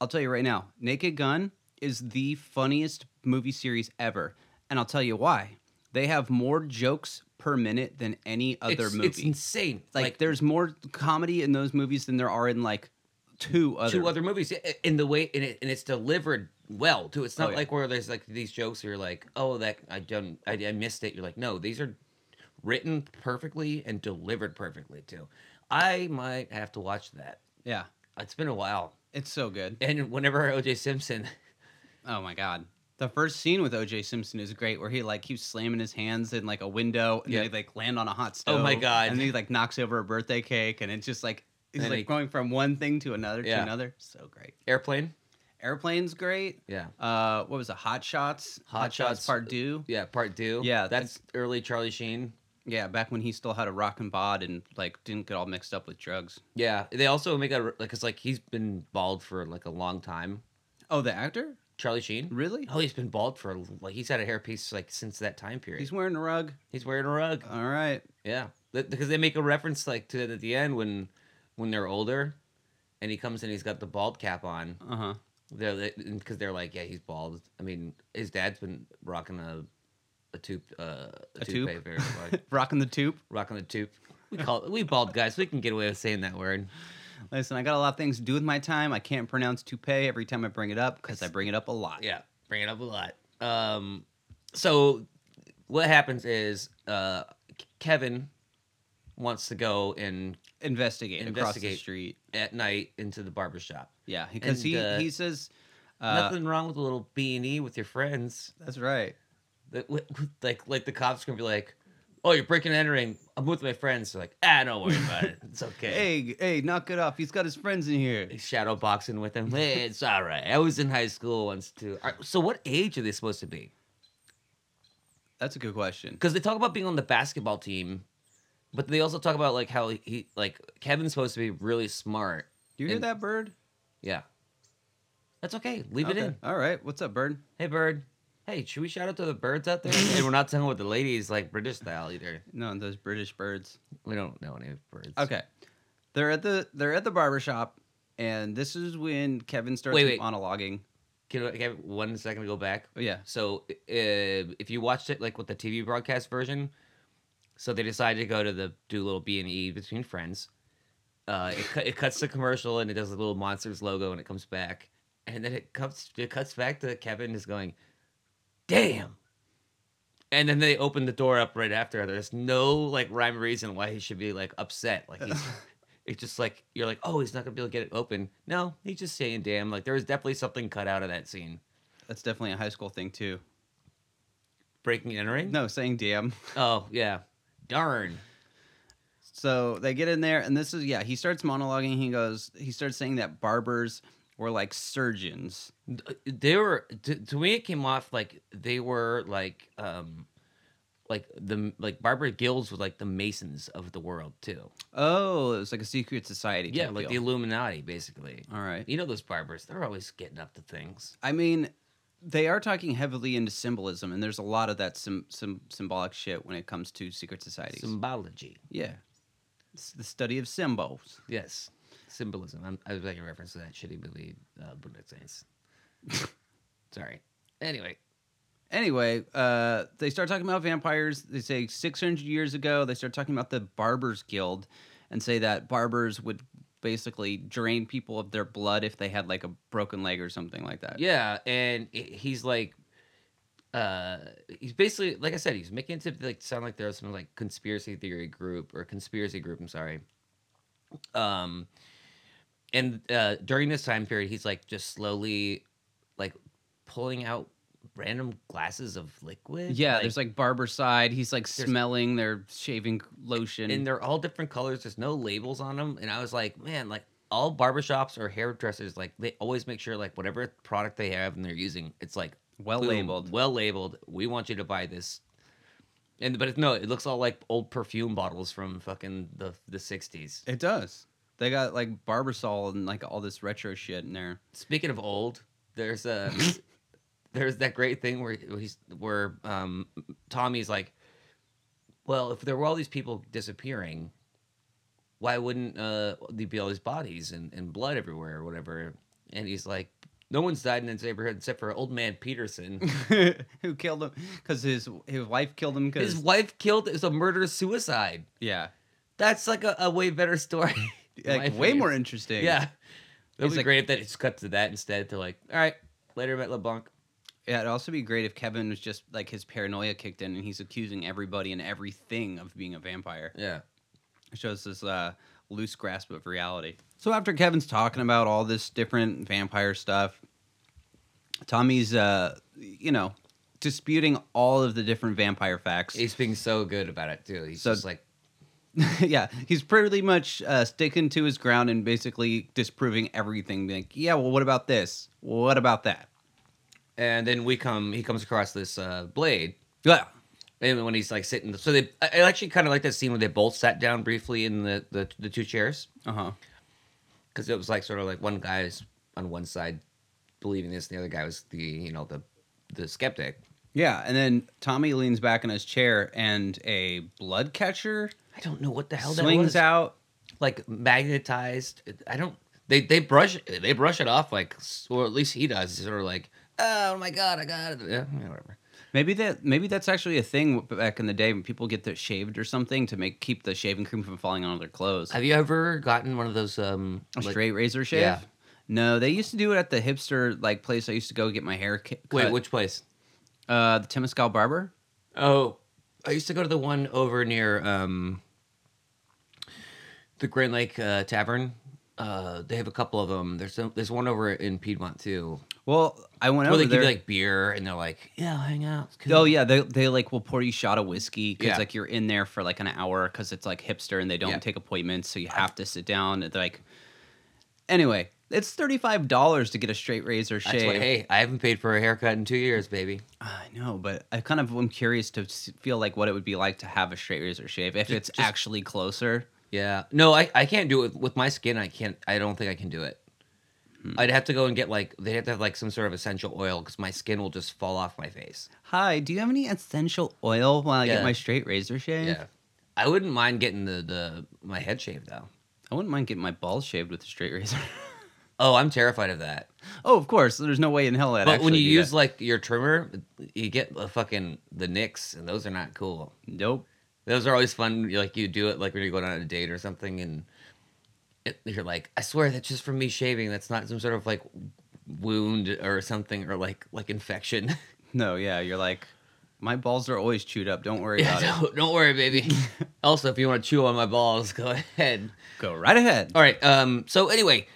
I'll tell you right now, Naked Gun is the funniest movie series ever, and I'll tell you why. They have more jokes per minute than any other
it's,
movie.
it's insane.
like, there's more comedy in those movies than there are in like two other
two other movies i- i- in the way and, it, and it's delivered well too it's
Oh,
not
yeah.
like where there's like these jokes where you're like oh that i done I, I missed it you're like no these are written perfectly and delivered perfectly too i might have to watch that
Yeah.
it's been a while
It's so good.
and whenever oj simpson [LAUGHS]
Oh my god. The first scene with OJ Simpson is great where he like keeps slamming his hands in like a window and
Yeah.
they like land on a hot stove.
Oh my God.
And then he like knocks over a birthday cake and it's just like he's
And
like
he-
going from one thing to another to
Yeah.
another. So great.
airplane
Airplane's great.
yeah
Uh what was it? Hot Shots.
Hot Shots.
Part Two.
yeah part two
Yeah,
that's early charlie sheen
Yeah, back when he still had a rock and bod and like didn't get all mixed up with drugs.
yeah they also make a like it's like he's been bald for like a long time
Oh, the actor?
Charlie Sheen.
Really?
Oh, he's been bald for like he's had a hairpiece like since that time period.
He's Uh.
He's,
wearing a rug.
wearing a rug.
All right.
Yeah, Th- because they make a reference like to it at the end when when they're older, and he comes in, he's got the bald cap on.
Uh huh.
They're because they're like, yeah, he's bald. I mean, his dad's been rocking a a tube uh,
A
tube
tube?
paper,
[LAUGHS]
like,
Rocking the tube.
rocking the tube. We call we bald guys. We can get away with saying that word.
Listen, I got a lot of things to do with my time. I can't pronounce toupee every time I bring it up because I
It's-
bring it up a lot.
Yeah, bring it up a lot. Um, so what happens is uh, Kevin wants to go in
Investigate, across the
Investigate.
street.
at night into the barber shop.
Yeah, because
And,
he
uh,
he says uh,
Nothing wrong with a little B and E with your friends.
that's right.
That w- w- like like the cops gonna be like, oh, you're breaking and entering. I'm with my friends. They're like, ah, don't worry about it. It's okay.
Hey, hey, knock it off. He's got his friends in here.
Shadow boxing with them. Hey, it's all right. I was in high school once too. All right, So what age are they supposed to be?
That's a good question.
because they talk about being on the basketball team, but they also talk about like how he like Kevin's supposed to be really smart.
Do you hear
And-
that bird?
Yeah, that's okay. Leave it
Okay.
in.
All right. What's up, bird?
Hey, bird. Hey, should we shout out to the birds out there? and we're not talking with the ladies like British style either.
No, those British birds.
We don't know any birds.
Okay. They're at the they're at the barber shop, and this is when Kevin starts
Wait, wait.
monologuing.
Can I can I have one second to go back?
Oh, yeah.
So uh, if you watched it like with the TV broadcast version, so they decided to go to the do a little B and E between friends. Uh, it, cu- it cuts the commercial and it does a little monsters logo and it comes back and then it cuts it cuts back to Kevin is going, damn. And then they open the door up right after. There's no like rhyme or reason why he should be like upset. Like he's it's just like you're like, oh, he's not gonna be able to get it open. No, he's just saying damn. Like there was definitely something cut out of that scene.
That's definitely a high school thing too.
Breaking and entering.
No, saying damn.
Oh yeah, darn.
So they get in there, and this is yeah. He starts monologuing. He goes. He starts saying that barbers were like surgeons.
They were to, to me. It came off like they were like um, like the like Barbara Gills was like the Masons of the world too.
Oh, it was like a secret society.
Yeah,
type
like the
deal.
Illuminati basically.
All right.
You know those barbers? They're always getting up to things.
I mean, they are talking heavily into symbolism, and there's a lot of that some some symbolic shit when it comes to secret societies.
Symbology,
yeah, it's the study of symbols.
yes, symbolism. I'm, I was making reference to that shitty movie, uh, Buddhist Saints. [LAUGHS] Sorry. Anyway,
Anyway, uh, they start talking about vampires. They say 600 years ago, they start talking about the Barbers Guild and say that barbers would basically drain people of their blood if they had like a broken leg or something like that.
Yeah, and i- he's like, uh, he's basically like I said, he's making it to like sound like there's some like conspiracy theory group or conspiracy group. I'm sorry. Um, and uh, during this time period, he's like just slowly, like, pulling out random glasses of liquid.
Yeah, there's like barber side. He's like
There's-
smelling their shaving lotion.
and they're all different colors. There's no labels on them, and I was like, man, like. All barbershops or hairdressers, like they always make sure, like whatever product they have and they're using, it's like
well
boom,
labeled.
well labeled. We want you to buy this. And but it, no, it looks all like old perfume bottles from fucking the the sixties.
It does. They got like barbersol and like all this retro shit
[LAUGHS]
in there. [LAUGHS]
Speaking of old, there's a there's that great thing where he's where um Tommy's like, well, if there were all these people disappearing, why wouldn't uh there be all these bodies and, and blood everywhere or whatever? And he's like, no one's died in this neighborhood except for old man Peterson.
Who killed him? Because his his wife killed him.
His
Because
wife killed is a murder suicide.
yeah,
That's like a, a way better story. [LAUGHS] in
like
my
way
opinion.
more interesting.
Yeah. It
He's
would be
like-
great if that just cut to that instead to like, all right, later met LeBlanc.
Yeah, it'd also be great if Kevin was just like his paranoia kicked in and he's accusing everybody and everything of being a vampire.
Yeah.
It shows this uh, loose grasp of reality. So after Kevin's talking about all this different vampire stuff, Tommy's, uh, you know, disputing all of the different vampire facts.
He's being so good about it too. He's
So-
just like
[LAUGHS] yeah, he's pretty much uh, sticking to his ground and basically disproving everything. Being Like, yeah, well, what about this? What about that?
and then we come he comes across this uh blade.
Yeah.
And when he's like sitting so they I I actually kinda like that scene where they both sat down briefly in the the, the two chairs.
Uh huh.
Because it was like sort of like one guy's on one side believing this, and the other guy was the you know the the skeptic.
Yeah, and then Tommy leans back in his chair, and a blood catcher
I don't know what the hell that
swings
was.
out.
like magnetized. I don't. They they brush they brush it off like, s- or at least he does. Sort of like, oh my god, I got it. Yeah, yeah, whatever.
Maybe that maybe that's actually a thing back in the day when people get their shaved or something to make keep the shaving cream from falling on their clothes.
Have you ever gotten one of those? Um,
a
like-
straight razor shave.
Yeah.
No, they used to do it at the hipster like place I used to go get my hair ca- cut.
Wait, which place?
uh, the Temescal barber?
Oh, I used to go to the one over near um, the Grand Lake uh, Tavern. Uh, they have a couple of them. There's some, there's one over in Piedmont too,
Well, I went
where
over
they give
there.
you like beer and they're like, yeah, hang out. it's
oh
cool."
yeah, they they like will pour you a shot of whiskey because
Yeah.
like you're in there for like an hour because it's like hipster and they don't
Yeah.
take appointments, so you have to sit down. And like, anyway, it's thirty five dollars to get a straight razor shave. Ah,
That's what, hey, I haven't paid for a haircut in two years, baby.
I know, but I kind of am curious to s- feel like what it would be like to have a straight razor shave if it's
just-
actually closer.
Yeah. No, I, I can't do it with my skin. I can't. I don't think I can do it.
Hmm.
I'd have to go and get like they'd have to have like some sort of essential oil because my skin will just fall off my face.
Hi, do you have any essential oil while I
Yeah.
get my straight razor shave?
Yeah. I wouldn't mind getting the the my head shaved though.
I wouldn't mind getting my balls shaved with a straight razor. [LAUGHS]
Oh, I'm terrified of that.
oh, of course. There's no way in hell that.
but when
actually
you
do
use
that.
like your trimmer, you get a fucking the nicks, and those are not cool.
nope.
Those are always fun. You, like you do it like when you're going on a date or something, and it, you're like, I swear that's just from me shaving. That's not some sort of like wound or something or like like infection. [LAUGHS]
No, yeah, you're like, my balls are always chewed up. Don't worry
Yeah,
about it.
don't, don't worry, [LAUGHS] baby. also, if you want to chew on my balls, go ahead.
Go right ahead.
All right. Um. So anyway,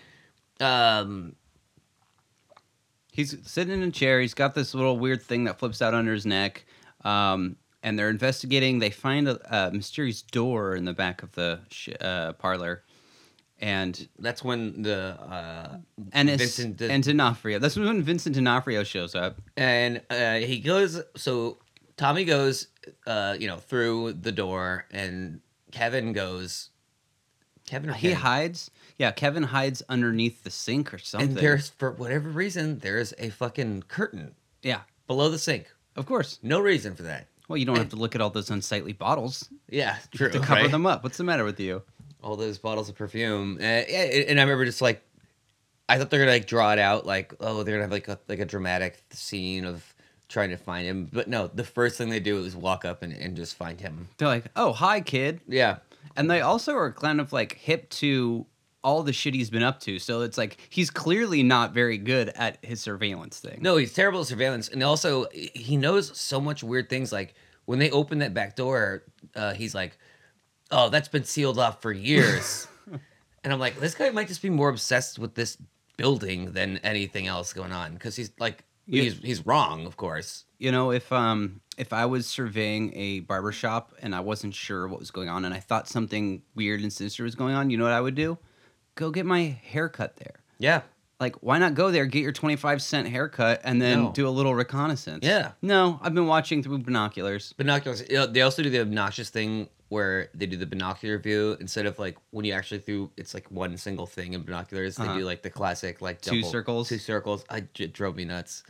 um.
He's sitting in a chair. He's got this little weird thing that flips out under his neck. Um, and they're investigating. They find a, a mysterious door in the back of the sh- uh, parlor. And
That's when the uh,
and it's,
Vincent did-
and D'Onofrio. That's when Vincent D'Onofrio shows up.
and uh, he goes. So Tommy goes, uh, you know, through the door, and Kevin goes. Kevin, or
He
Kevin?
hides. Yeah, Kevin hides underneath the sink or something.
and there's for whatever reason there's a fucking curtain
yeah,
below the sink.
of course.
No reason for that.
Well, you don't have to look at all those unsightly bottles
Yeah, true.
to cover
right?
them up. What's the matter with you?
all those bottles of perfume. Uh, yeah, and I remember just like, I thought they're gonna like draw it out, like oh they're gonna have like a, like a dramatic scene of trying to find him, but no, the first thing they do is walk up and, and just find him.
They're like, "Oh, hi, kid,"
Yeah,
and they also are kind of like hip to all the shit he's been up to. So it's like he's clearly not very good at his surveillance thing.
no, he's terrible at surveillance, and also he knows so much weird things. Like when they open that back door, uh, he's like, oh that's been sealed off for years, and I'm like this guy might just be more obsessed with this building than anything else going on because he's like
Yeah.
he's he's wrong, of course.
You know, if um if I was surveying a barber shop and I wasn't sure what was going on and I thought something weird and sinister was going on, you know what I would do? Go get my haircut there.
Yeah.
Like, why not go there, get your 25 cent haircut, and then
No.
do a little reconnaissance?
Yeah.
No, I've been watching through binoculars.
binoculars you know, they also do the obnoxious thing where they do the binocular view instead of like when you actually through it's like one single thing in binoculars they
Uh-huh.
do like the classic like
Two
double-
circles?
two circles i j- it drove me nuts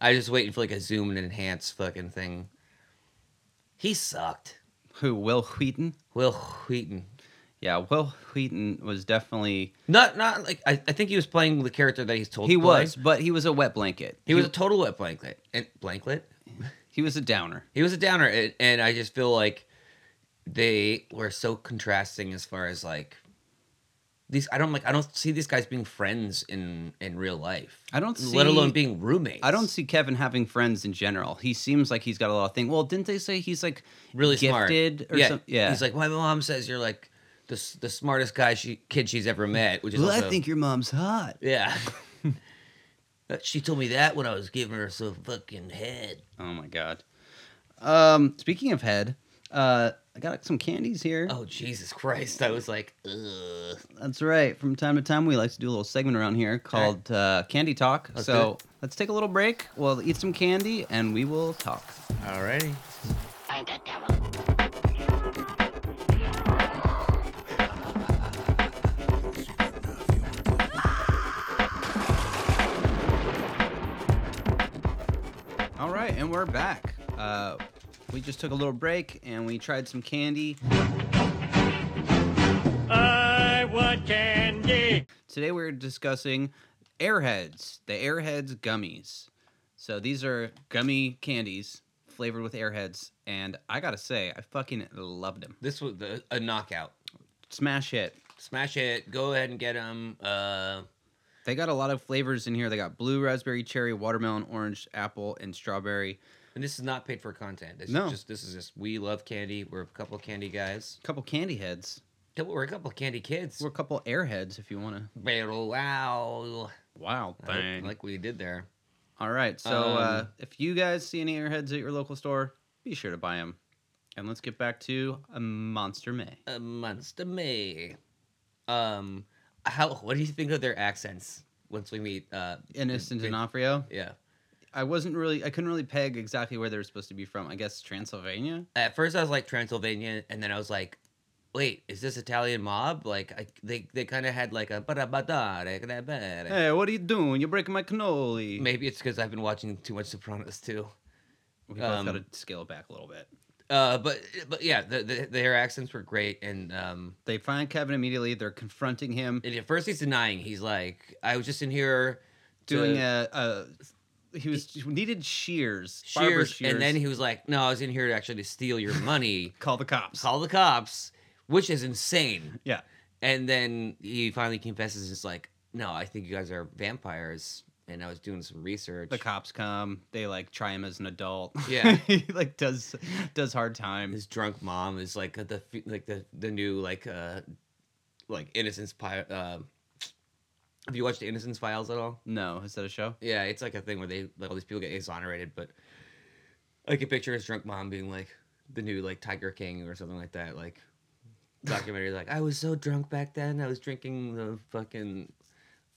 i was just waiting for like a zoom and enhance fucking thing he sucked
Who, Will Wheaton?
will wheaton
Yeah, Will Wheaton was definitely.
not not like i, I think he was playing the character that he's told
He
to play.
was, but he was a wet blanket.
he was a total wet blanket and blanklet
He was a downer.
he was a downer and, and i just feel like they were so contrasting as far as like these i don't like i don't see these guys being friends in in real life
I don't see.
let alone being roommates
I don't see Kevin having friends in general. He seems like he's got a lot of things. Well, didn't they say he's like
really
gifted
smart
or
yeah.
some- yeah.
he's like my mom says you're like the, s- the smartest guy she kid she's ever met which is also,
your mom's
[LAUGHS]
hot. [LAUGHS]
yeah That- she told me that when i was giving her some fucking head
Oh my god. Um, speaking of head, uh, I got some candies here.
oh jesus christ i was like Ugh.
That's right. From time to time, we like to do a little segment around here called uh, Candy Talk.
Let's
so
do
let's take a little break. We'll eat some candy and we will talk.
all righty
right, and we're back. Uh, we just took a little break and we tried some candy.
I want candy.
Today we're discussing Airheads, the Airheads gummies. So these are gummy candies flavored with Airheads, and I gotta say, I fucking loved them.
This was the, a knockout.
Smash hit.
Smash it. Go ahead and get them. Uh,
They got a lot of flavors in here. They got blue, raspberry, cherry, watermelon, orange, apple, and strawberry.
and this is not paid for content. This
No.
Is just this is just we love candy. We're a couple of candy guys.
A couple candy heads.
We're a couple of candy kids.
We're a couple airheads if you want to.
Barrel wow.
Wow.
I Like we did there.
All right. So uh,
Um,
if you guys see any airheads at your local store, be sure to buy them. And let's get back to a Monster May.
A monster me. Um, how? What do you think of their accents once we meet? Uh,
Innocent
Vin-
D'Onofrio.
yeah.
I wasn't really, I couldn't really peg exactly where they were supposed to be from. I guess Transylvania.
At first, I was like Transylvania, and then I was like, wait, is this Italian mob? Like, I, they they kind of had like a ba da ba da da da da. da.
Hey, what are you doing? You're breaking my cannoli.
Maybe it's because I've been watching too much Sopranos too.
we both
um,
got to scale it back a little bit.
Uh, but but yeah, the, the, their accents were great, and um,
They find Kevin immediately. They're confronting him,
and at first he's denying. He's like, I was just in here
doing
to-
a, a he was he needed shears, barber
shears, and then he was like, no, I was in here to actually to steal your
[LAUGHS]
money.
call the cops.
call the cops, which is insane.
yeah,
And then he finally confesses, and it's like, no, I think you guys are vampires, and I was doing some research.
the cops come. They like try him as an adult.
Yeah.
[LAUGHS] he like does does hard time.
His drunk mom is like the f- like the the new like uh like Innocence Pi- uh, Have you watched Innocence Files at all?
No, is that a show?
Yeah, it's like a thing where they like all these people get exonerated, but I can picture his drunk mom being like the new like Tiger King or something like that, like documentary. like I was so drunk back then, I was drinking the fucking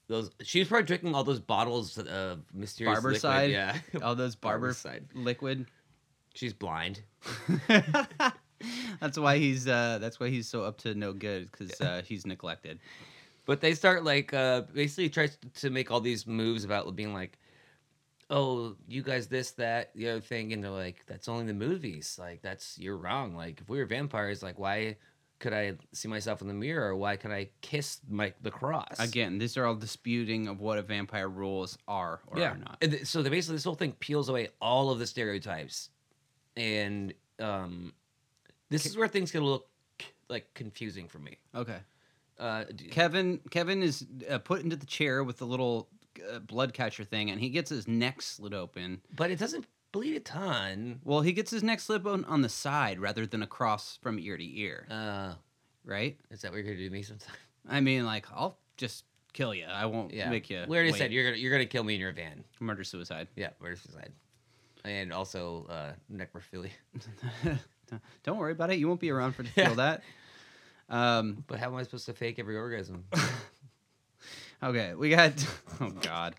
those. She was probably drinking all those bottles of mysterious liquid,
Barberside?
Yeah, [LAUGHS]
All those barber
Barberside.
liquid. [LAUGHS]
she's blind. [LAUGHS]
that's why he's uh that's why he's so up to no good because uh, he's neglected.
But they start like uh basically tries to make all these moves about being like, oh, you guys this that the other thing, and they're like, that's only the movies. Like that's you're wrong. Like if we were vampires, like why could I see myself in the mirror? Or why can I kiss my the cross
Again, these are all disputing of what a vampire rules are or
yeah.
are not.
And th- so they basically this whole thing peels away all of the stereotypes, and um, this is where things get a little like confusing for me.
Okay.
Uh, d-
Kevin Kevin is uh, put into the chair with the little uh, blood catcher thing, and he gets his neck slit open.
but it doesn't bleed a ton.
Well, he gets his neck slit open on the side rather than across from ear to ear,
Uh,
right?
Is that what you're gonna do to me sometime?
I mean, like I'll just kill you. I won't
[LAUGHS] Yeah.
make you.
we already
wait.
said you're gonna you're gonna kill me in your van.
murder suicide. [LAUGHS]
Yeah, murder suicide. And also uh necrophilia. [LAUGHS]
Don't worry about it. You won't be around for
[LAUGHS]
to feel that. Um,
But how am I supposed to fake every
[LAUGHS]
orgasm?
Okay, we got. [LAUGHS] Oh God.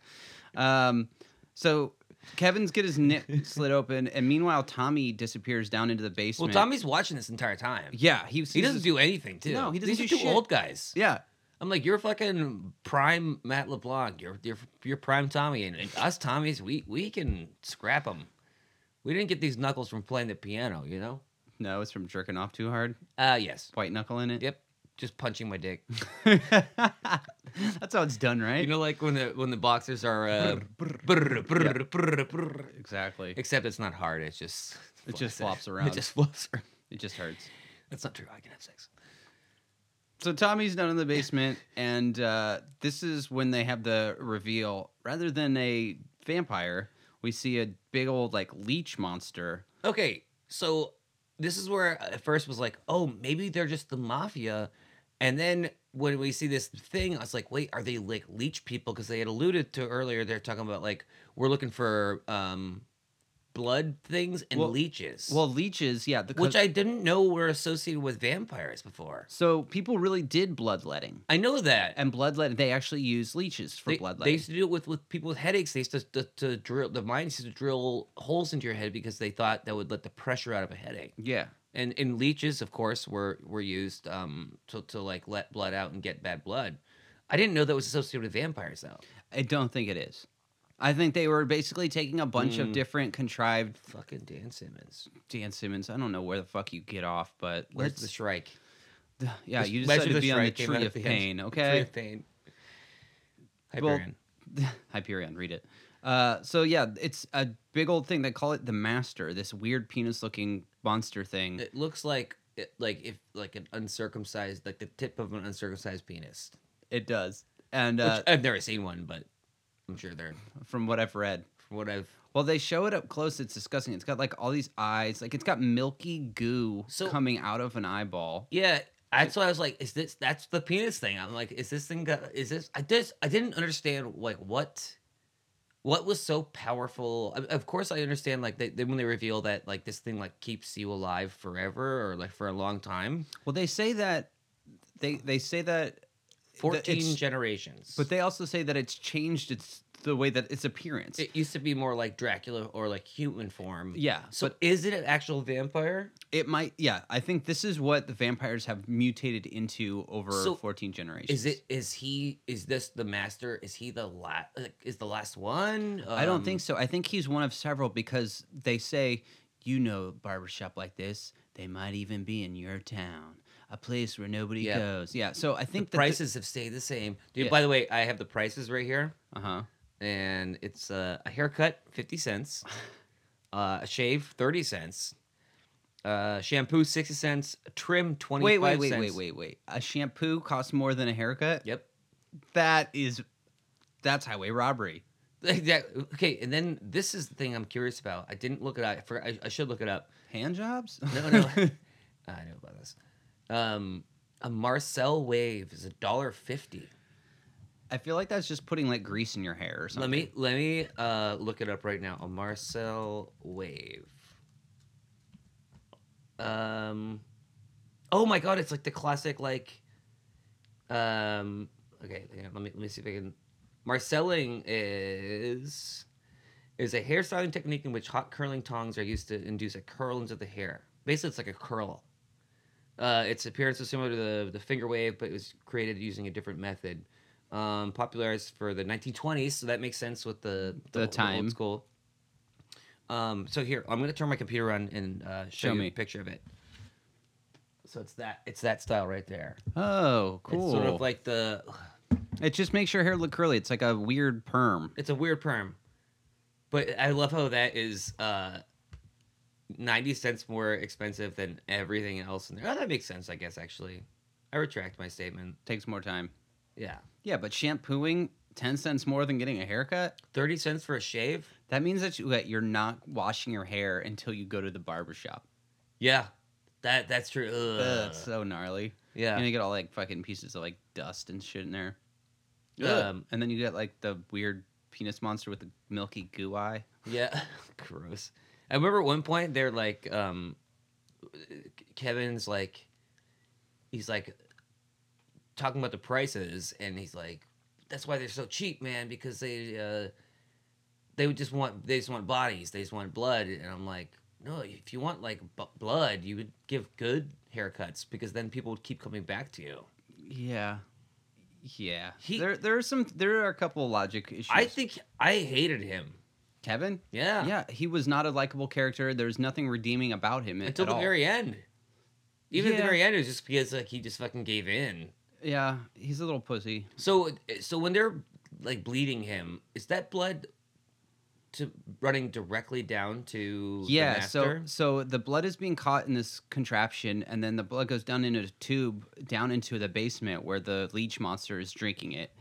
Um, so Kevin's get
[LAUGHS]
his neck slit open, and meanwhile Tommy disappears down into the
well,
basement.
Tommy's watching this entire time.
Yeah, he.
He doesn't do anything too.
No, he doesn't
These
do
are two
shit.
old guys.
Yeah,
I'm like, you're fucking prime Matt LeBlanc. You're you're, you're prime Tommy, and, and us Tommies, we we can scrap them. We didn't get these knuckles from playing the piano, you know.
no, it's from jerking off too hard,
Uh yes.
white knuckle in it.
Yep. Just punching my dick.
[LAUGHS] That's how it's done, right?
You know, like when the when the boxers are uh, brr, brr, brr, brr.
exactly.
Except it's not hard. It's just
It just
[LAUGHS]
flops
It
around.
just flops around.
It just hurts.
That's not true. I can have sex.
So Tommy's down in the basement, and uh, this is when they have the reveal. Rather than a vampire, we see a big old like leech monster.
Okay, so this is where I at first was like, oh, maybe they're just the mafia, and then when we see this thing, I was like, wait, are they like leech people? Because they had alluded to earlier. They're talking about like we're looking for um, blood things and
Well-
leeches.
Well, leeches, yeah, the
which I didn't know were associated with vampires before.
So people really did bloodletting.
I know that.
And bloodletting, they actually use leeches for
they, they
bloodletting.
used to do it with, with people with headaches. They used to, to, to drill the mines used to drill holes into your head because they thought that would let the pressure out of a headache.
yeah.
And and leeches, of course, were were used um to, to like let blood out and get bad blood. I didn't know that was associated with vampires though.
I don't think it is. I think they were basically taking a bunch of
Mm.
different contrived
Fucking Dan Simmons.
Dan Simmons. I don't know where the fuck you get off, but
Where's the
let's
strike?
[SIGHS] yeah,
The
you
Legend
decided to
of
be on the
Strike came out
tree
at
of
the end.
pain,
The
okay?
Tree of pain. Hyperion.
[LAUGHS] Hyperion, read it. Uh, so yeah, it's a big old thing. They call it the Master, this weird penis-looking monster thing.
it looks like it, like if like an uncircumcised like the tip of an uncircumcised penis.
It does, and
Which
uh,
I've never seen one, but I'm sure they're
from what I've read,
from what I've
well, they show it up close. It's disgusting. It's got like all these eyes, like it's got milky goo
So-
coming out of an eyeball.
yeah. That's why I was like, is this that's the penis thing? I'm like, is this thing got is this I just I didn't understand like what what was so powerful of- of course i understand like they, they when they reveal that like this thing like keeps you alive forever or like for a long time
Well, they say that they they say that
14
it's-
generations
But they also say that it's changed its the way that its appearance.
it used to be more like dracula or like human form
yeah,
So
but
is it an actual vampire?
it might. Yeah, I think this is what the vampires have mutated into over
So,
fourteen generations.
Is it? Is he? Is this the master? Is he the last? Like, is the last one? Um,
I don't think so. I think he's one of several because they say, you know, a barbershop like this, they might even be in your town, a place where nobody
Yeah.
goes. Yeah. So I think
The prices have stayed the same. Dude,
Yeah.
by the way, I have the prices right here,
Uh huh.
and it's uh, a haircut fifty cents,
[LAUGHS]
uh, a shave thirty cents, uh, shampoo sixty cents, a trim twenty
Wait,
five
wait,
cents.
wait, wait, wait, wait. A shampoo costs more than a haircut.
Yep. [LAUGHS]
That is, that's highway robbery.
Exactly. Okay, and then this is the thing I'm curious about. I didn't look it up. I, forgot, I, I should look it up.
Hand jobs?
No, no. [LAUGHS] I know about this. Um, a Marcel wave is a dollar fifty.
[LAUGHS] I feel like that's just putting like grease in your hair or something.
Let me let me uh, look it up right now. A Marcel wave. Um, oh my god, it's like the classic like. Um. Okay, hang on, let me let me see if I can. Marcelling is is a hairstyling technique in which hot curling tongs are used to induce a curl into the hair. Basically, it's like a curl. Uh, its appearance is similar to the the finger wave, but it was created using a different method. Um, popularized for the 1920s, so that makes sense with the
The
old-
time.
old school. Um, so here, I'm gonna turn my computer on and uh, show,
Show
you
me.
a picture of it. So it's that it's that style right there.
Oh, cool.
It's sort of like the
it just makes your hair look curly. It's like a weird perm.
it's a weird perm. But I love how that is uh 90 cents more expensive than everything else in there. Oh, that makes sense, I guess actually. I retract my statement.
Takes more time.
Yeah.
Yeah, but shampooing ten cents more than getting a haircut.
30 cents for a shave?
That means that, you, that you're not washing your hair until you go to the barbershop.
Yeah. That that's true. Ugh.
That's uh, so gnarly.
yeah.
And you get all like fucking pieces of like dust and shit in there.
Um,
and then you get like the weird penis monster with the milky goo eye.
Yeah, [LAUGHS] gross. I remember at one point they're like, um, Kevin's like, he's like talking about the prices, and he's like, that's why they're so cheap, man, because they uh, they would just want they just want bodies, they just want blood, and I'm like, no, if you want like b- blood, you would give good haircuts because then people would keep coming back to you.
Yeah. Yeah.
He-
there there are some there are a couple logic issues.
I think I hated him.
Kevin?
Yeah,
Yeah, he was not a likable character. There's nothing redeeming about him at-
until
at
the
all.
very end. Even at the
Yeah.
very end, it was just because like he just fucking gave in.
yeah, he's a little pussy.
So, eh, so when they're like bleeding him, is that blood to running directly down to
Yeah,
The
so
master?
so the blood is being caught in this contraption, and then the blood goes down in a tube down into the basement where the leech monster is drinking it.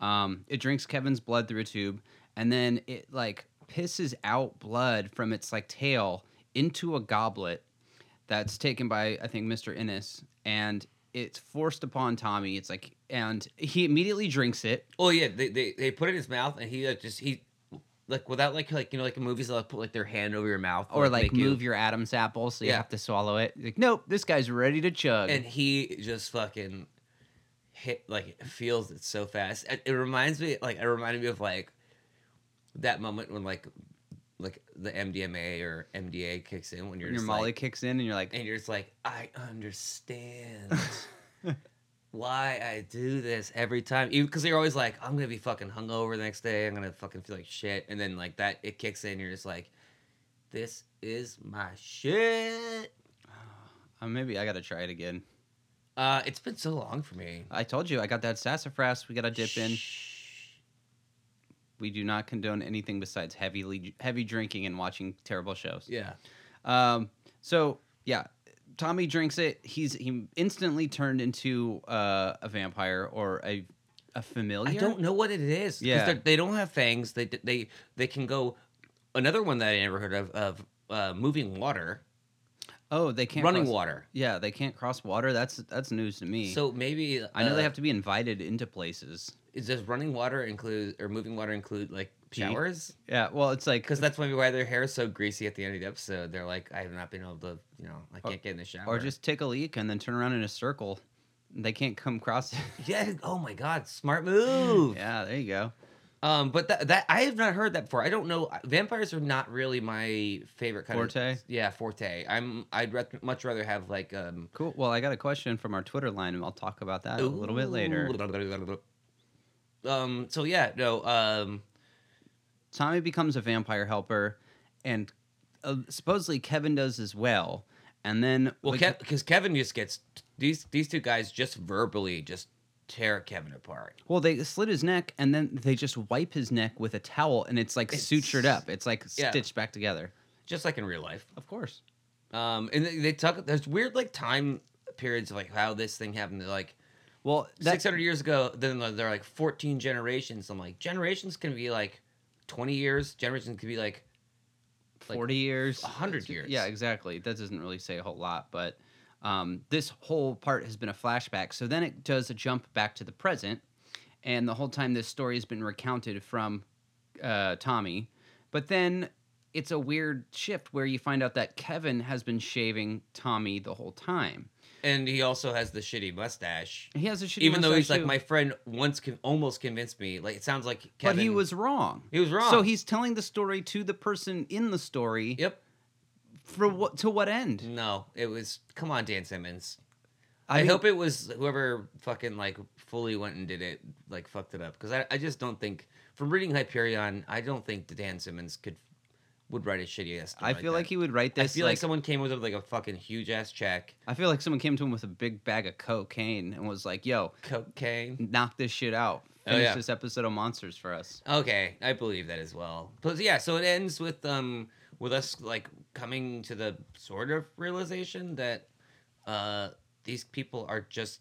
Um, it drinks Kevin's blood through a tube, and then it like pisses out blood from its like tail into a goblet that's taken by I think Mr. Innes, and it's forced upon Tommy. It's like, and he immediately drinks it.
oh yeah, they, they they put it in his mouth, and he like just he like without like like you know like in movies they'll like, put like their hand over your mouth
Or
Oh,
like
make you-
move your Adam's apple, so you
Yeah.
have to swallow it. Like, nope, this guy's ready to chug.
and he just fucking hit like feels it so fast. It, it reminds me like it reminded me of like that moment when like like the MDMA or MDA kicks in when you're
your
just,
Molly
like,
kicks in, and you're like,
and you're just like, I understand. why I do this every time. Because you're always like, I'm gonna be fucking hungover the next day. I'm gonna fucking feel like shit. And then like that, it kicks in. You're just like, this is my shit.
[LAUGHS] Uh, maybe I gotta try it again.
Uh, it's been so long for me.
I told you I got that sassafras. We gotta Uh, dip in. We do not condone anything besides heavily heavy drinking and watching terrible shows.
Yeah.
Um, so yeah, Tommy drinks it. He's he instantly turned into uh, a vampire or a a familiar.
I don't know what it is. 'cause
Yeah.
they're- they don't have fangs. They they they can go. Another one that I never heard of of uh, moving water,
Oh, they can't
running
cross-
water.
Yeah, they can't cross water. That's that's news to me.
So maybe
I know
uh,
they have to be invited into places.
Is does running water include or moving water include like
Pee?
showers?
Yeah, well, it's like
Because that's maybe why their hair is so greasy at the end of the episode. They're like, I have not been able to, you know, I
Or-
can't get in the shower.
or just take a leak and then turn around in a circle. They can't come [LAUGHS] across.
yeah. Oh my God, smart move.
yeah, there you go.
Um, but that that I have not heard that before. I don't know. Vampires are not really my favorite kind
Forte?
of Yeah, forte. I'm. I'd rath- much rather have like um.
Cool. Well, I got a question from our Twitter line, and I'll talk about that a little bit later.
Um. So yeah. No. Um.
Tommy becomes a vampire helper, and uh, supposedly Kevin does as well. And then
Well,
we-
because Kevin just gets these these two guys just verbally just tear Kevin apart.
well, they slit his neck, and then they just wipe his neck with a towel, and it's like
It's-
sutured up. It's like
Yeah.
stitched back together.
just like in real life.
Of course.
Um, and they, they talk. There's weird like time periods of like how this thing happened. They're like
Well,
six hundred years ago. Then they're- they're like fourteen generations. I'm like generations can be like twenty years. Generations can be like like,
forty years,
100 years.
Yeah, exactly. That doesn't really say a whole lot, but um, this whole part has been a flashback. So then it does a jump back to the present, and the whole time this story has been recounted from uh, Tommy. But then it's a weird shift where you find out that Kevin has been shaving Tommy the whole time.
and he also has the shitty mustache.
He has a shitty
Even though
mustache,
he's like
too,
my friend once con- almost convinced me. Like it sounds like Kevin.
but he was wrong.
he was wrong.
So he's telling the story to the person in the story.
yep.
For what to what end?
No, it was come on Dan Simmons.
I,
I,
mean,
hope it was whoever fucking like fully went and did it, like fucked it up. Because I, I just don't think from reading Hyperion, I don't think that Dan Simmons could would write a shitty ass.
I feel like he would write
I
this.
feel like,
like
someone came with like a fucking huge ass check,
I feel like someone came to him with a big bag of cocaine and was like, "Yo,
cocaine.
knock this shit out.
Oh,
Finish
yeah.
this episode of Monsters for us."
Okay, I believe that as well. But yeah, so it ends with um with us like coming to the sort of realization that uh these people are just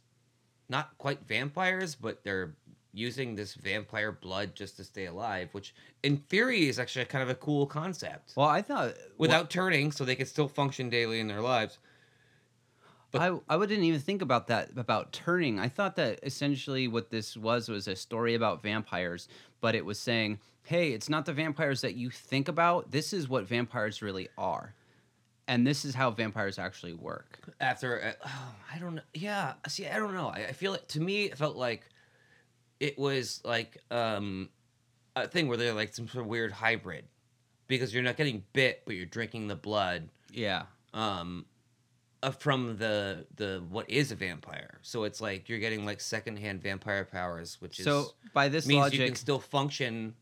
not quite vampires, but they're using this vampire blood just to stay alive, which in theory is actually kind of a cool concept.
Well, I thought
Without turning, so they can still function daily in their lives.
well, I I didn't even think about that about turning. I thought that essentially what this was was a story about vampires, but it was saying, "Hey, it's not the vampires that you think about. This is what vampires really are." And this is how vampires actually work.
after uh, [SIGHS] oh, I don't know. Yeah, see, I don't know. I, I feel it to me. It felt like it was like um a thing where they're like some sort of weird hybrid because you're not getting bit, but you're drinking the blood
Yeah.
um uh, from the the what is a vampire. So it's like you're getting like secondhand vampire powers, which is
So by this
means
logic,
you can still function.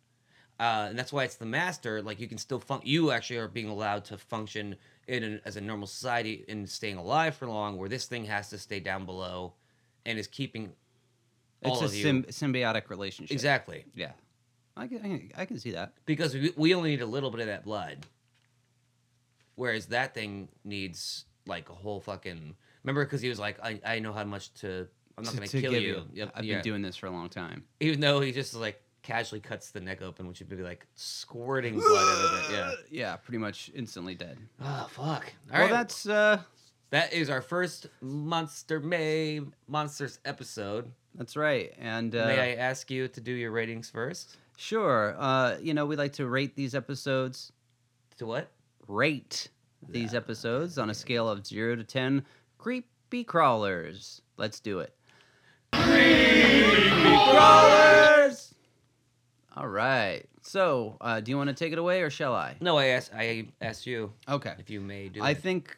Uh, and that's why it's the master. Like you can still fun. You actually are being allowed to function in an, as a normal society and staying alive for long. Where this thing has to stay down below, and is keeping
it's
all
a
of you
symb- symbiotic relationship.
exactly
Yeah. I can, I can, I can see that.
because we, we only need a little bit of that blood, whereas that thing needs like a whole fucking. Remember, because he was like, I, I know how much to. I'm not
to-
going
to
to kill
give
you. Yep,
I've
yeah.
been doing this for a long time.
even though he just like casually cuts the neck open, which would be like squirting blood out of it.
[LAUGHS]
Yeah.
Yeah, pretty much instantly dead.
Oh fuck! Uh. All
well,
right,
that's uh,
that is our first Monster May Monsters episode.
that's right. And uh,
May I ask you to do your ratings first?
sure, uh, you know, we like to rate these episodes.
To what?
Rate these episodes on a scale of zero to ten. Creepy crawlers. Let's do it. Creepy crawlers. All right. So, uh, do you want to take it away, or shall I?
No, I asked. I asked you
Okay.
if you may do.
I
it.
think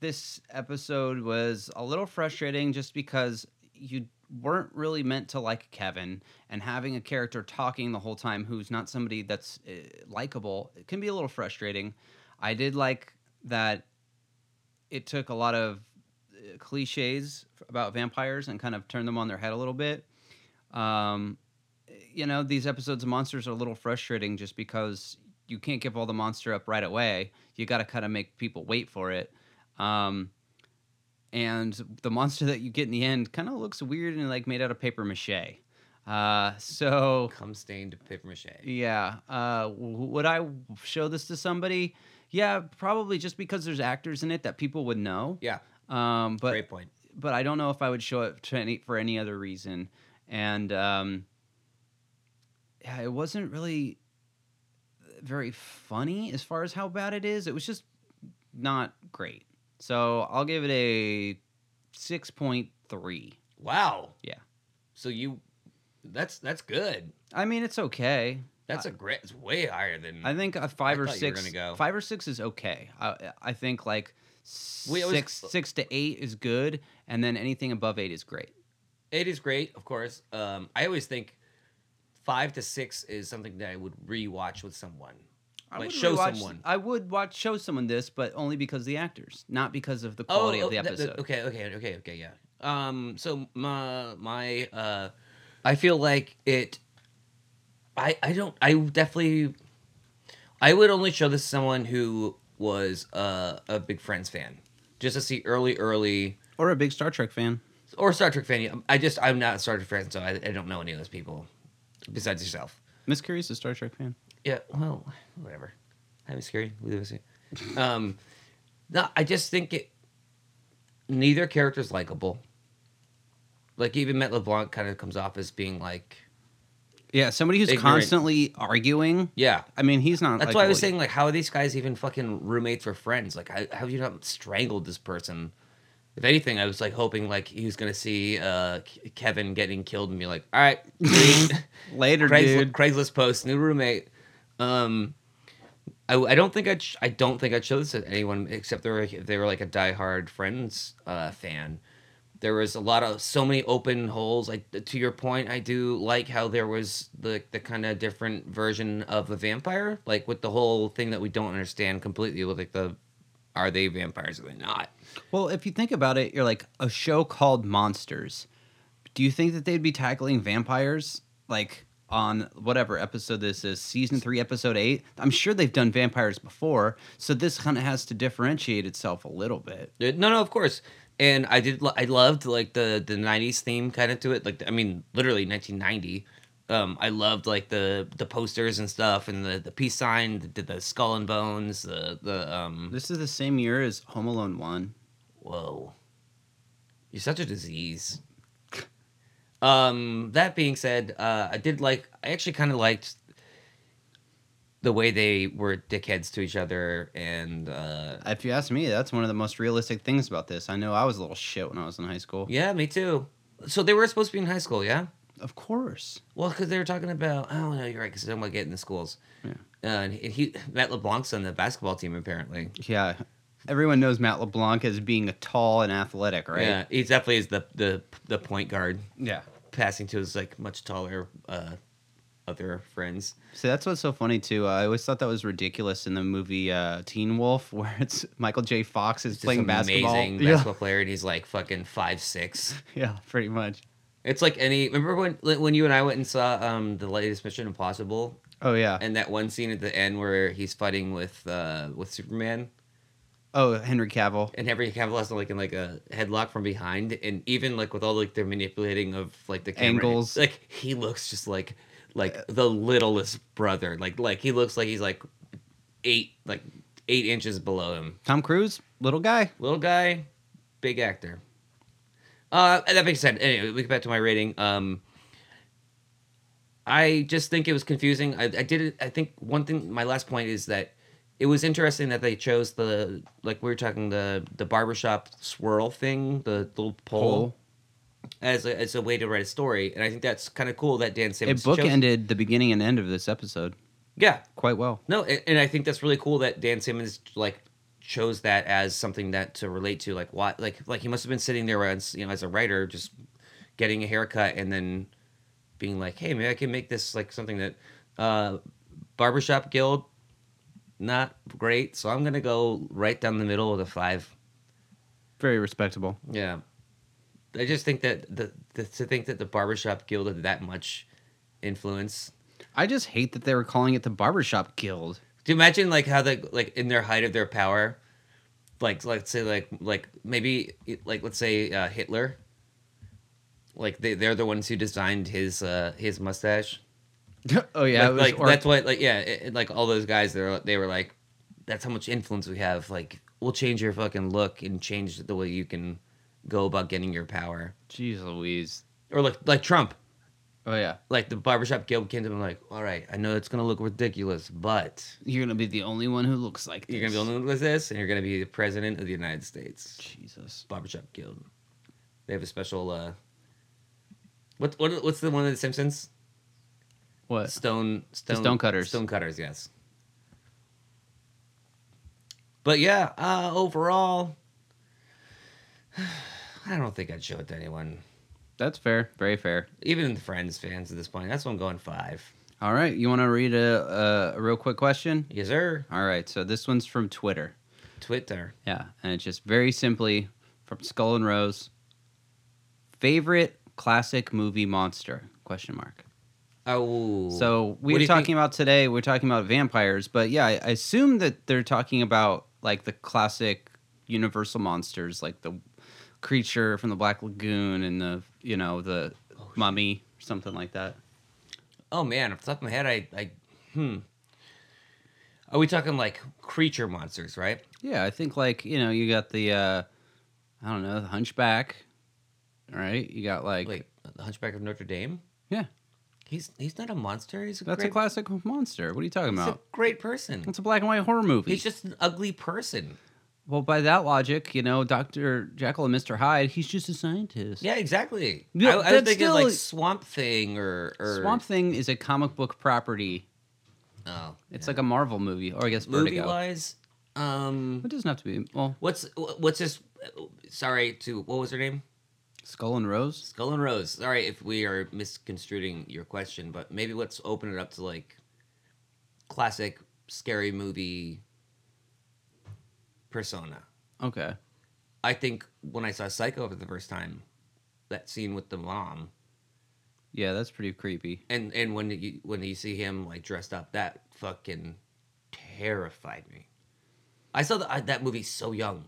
this episode was a little frustrating just because you weren't really meant to like Kevin, and having a character talking the whole time who's not somebody that's uh, likable it can be a little frustrating. I did like that it took a lot of uh, cliches f- about vampires and kind of turned them on their head a little bit. Um, you know, these episodes of monsters are a little frustrating just because you can't give all the monster up right away. You got to kind of make people wait for it. Um, and the monster that you get in the end kind of looks weird and like made out of paper mache. Uh, so
Come stained paper mache.
yeah. Uh, w- would I show this to somebody? Yeah, probably just because there's actors in it that people would know.
Yeah,
Um, but
great point.
but I don't know if I would show it to any for any other reason. And um, yeah, it wasn't really very funny as far as how bad it is. It was just not great. So I'll give it a six point three.
Wow.
Yeah.
So you, that's that's good.
I mean, it's okay.
That's a great. It's way higher than.
I think a five
Mm. I
or
thought you were
six.
gonna go.
Five or six is okay. I, I think like
We
six,
always-
six to eight is good, and then anything above eight is great.
It is great, of course. Um, I always think five to six is something that I would rewatch with someone.
I
like
would
show
rewatch-
someone.
I would watch show someone this, but only because of the actors, not because of the quality of the
Oh, that- that-
episode.
okay, okay, okay, okay, yeah. Um, so my my uh, I feel like it. I I don't. I definitely. I would only show this to someone who was uh, a big Friends fan, just to see early, early
Or a big Star Trek fan.
or a Star Trek fan. Yeah, I just I'm not a Star Trek fan, so I, I don't know any of those people besides yourself.
Miss Curie's a Star Trek fan.
Yeah, well, whatever. I'm scary. We live in a city. Um, no, I just think it. Neither character's likable. Like even Matt LeBlanc kind of comes off as being like,
Yeah, somebody who's
Ignorant.
constantly arguing.
yeah.
I mean, he's not.
That's why I was
likable.
saying like, how are these guys even fucking roommates or friends? Like, how, how have you not strangled this person? If anything, I was like hoping like he was gonna see uh, K- Kevin getting killed and be like, all
[LAUGHS]
right, great."
later,
Craigsli-
dude.
Craigslist post, new roommate. Um, I, I don't think I'd sh- I don't think I'd show this to anyone except they were if they were like a diehard Friends uh, fan. There was a lot of so many open holes. Like to your point, I do like how there was the the kind of different version of a vampire, like with the whole thing that we don't understand completely with like the are they vampires or are they not?
Well, if you think about it, you're like a show called Monsters. Do you think that they'd be tackling vampires like on whatever episode this is, season three, episode eight? I'm sure they've done vampires before, so this kind of has to differentiate itself a little bit.
Uh, No, no, of course. And I did. lo- I loved like the the '90s theme kind of to it. Like I mean, literally 1990. Um, I loved like the the posters and stuff, and the the peace sign, the, the skull and bones, the the um.
This is the same year as Home Alone one.
Whoa, you're such a disease. Um, that being said, uh, I did like. I actually kind of liked the way they were dickheads to each other, and uh,
If you ask me, that's one of the most realistic things about this. I know I was a little shit when I was in high school.
yeah, me too. So they were supposed to be in high school, yeah.
Of course.
Well, because they were talking about, oh no, you're right, because they're talking about getting the schools.
Yeah.
Uh, and he, he Matt LeBlanc's on the basketball team apparently.
Yeah. Everyone knows Matt LeBlanc as being a tall and athletic, right?
Yeah, he definitely is the the the point guard,
Yeah.
passing to his like much taller uh, other friends.
See, that's what's so funny too. Uh, I always thought that was ridiculous in the movie uh, Teen Wolf, [LAUGHS] where it's Michael J. Fox is
Just
playing
an
basketball.
amazing
yeah,
basketball player, and he's like fucking five six.
[LAUGHS] yeah, pretty much.
It's like any. Remember when when you and I went and saw um the latest Mission Impossible,
Oh yeah.
and that one scene at the end where he's fighting with uh with Superman.
oh, Henry Cavill.
and every Cavill has to like in like a headlock from behind, and even like with all like their manipulating of like the camera,
Angles.
like he looks just like like the littlest brother, like like he looks like he's like eight like eight inches below him.
Tom Cruise, little guy.
Little guy, big actor. Uh, and that being said, anyway, we get back to my rating. Um, I just think it was confusing. I, I did it. I think one thing. My last point is that it was interesting that they chose the like we were talking the the barbershop swirl thing, the little pole,
Pole.
as a, as a way to write a story, and I think that's kind of cool that Dan
It
Simmons chose-
bookended the beginning and end of this episode
Yeah,
quite well.
no, and, and I think that's really cool that Dan Simmons like chose that as something that to relate to, like why, like like he must have been sitting there as you know as a writer, just getting a haircut and then being like, hey, maybe I can make this like something that uh, barbershop guild not great, so I'm gonna go right down the middle with a five.
Very respectable.
Yeah, I just think that the, the to think that the barbershop guild had that much influence.
I just hate that they were calling it the barbershop guild. [LAUGHS]
Do you imagine like how they like in their height of their power, like let's say like like maybe like let's say uh, Hitler. Like they they're the ones who designed his uh his mustache.
oh
like,
yeah, it was
like
or-
that's what like yeah it, it- like all those guys they were, they were like that's how much influence we have like we'll change your fucking look and change the way you can go about getting your power
Jeez Louise.
or like like trump
Oh yeah,
like the barbershop guild came to him like all right i know it's gonna look ridiculous but
you're gonna be the only one who looks like this.
you're gonna be able to look this and you're gonna be the president of the united states
Jesus.
barbershop guild they have a special uh what, what what's the one of the simpsons
What?
stone stone
Uh, stonecutters.
stone cutters yes but yeah uh overall [SIGHS] i don't think i'd show it to anyone
That's fair. Very fair.
even the friends fans at this point that's why i'm going five
All right, you want to read a, a, a real quick question?
yes sir
All right, so this one's from Twitter.
twitter
Yeah, and it's just very simply from Skull and Rose. Favorite classic movie monster? Question mark.
oh
So we
What do
were
you
talking
think-
about today. We're talking about vampires, but yeah, I, I assume that they're talking about like the classic Universal monsters, like the creature from the Black Lagoon and the you know the mummy or something like that.
oh man off the top of my head i i hmm are we talking like creature monsters right
Yeah, I think like you know you got the uh I don't know the Hunchback, right? You got like
wait the hunchback of notre dame
Yeah.
he's he's not a monster he's a
that's
great
a classic monster. What are you talking
he's a
about?
great person
It's a black and white horror movie.
He's just an ugly person.
well, by that logic, you know, Doctor Jekyll and Mister Hyde. He's just a scientist.
Yeah, exactly.
Yeah,
I, I was
that's
thinking
still-
like Swamp Thing or, or
Swamp Thing is a comic book property.
Oh,
It's like a Marvel movie, or I guess
movie
Vertigo.
wise. Um,
It doesn't have to be. Well,
what's what's this? Sorry to what was her name?
Skull and Rose.
Skull and Rose. Sorry if we are misconstruing your question, but maybe let's open it up to like classic scary movie persona.
Okay.
I think when I saw Psycho for the first time, that scene with the mom
Yeah, that's pretty creepy.
and and when you when you see him like dressed up, that fucking terrified me. I saw the, I, that movie so young.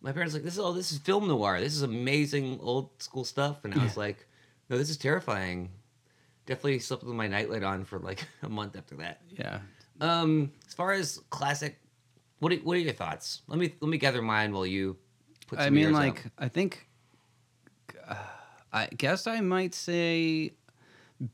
My parents were like this is all this is film noir. This is amazing old school stuff, and I was like, no, this is terrifying. Definitely slept with my nightlight on for like [LAUGHS] a month after that.
Yeah.
Um, as far as classic, what are, what are your thoughts? Let me let me gather mine while you. put some
I mean,
yours up.
like, I think. Uh, I guess I might say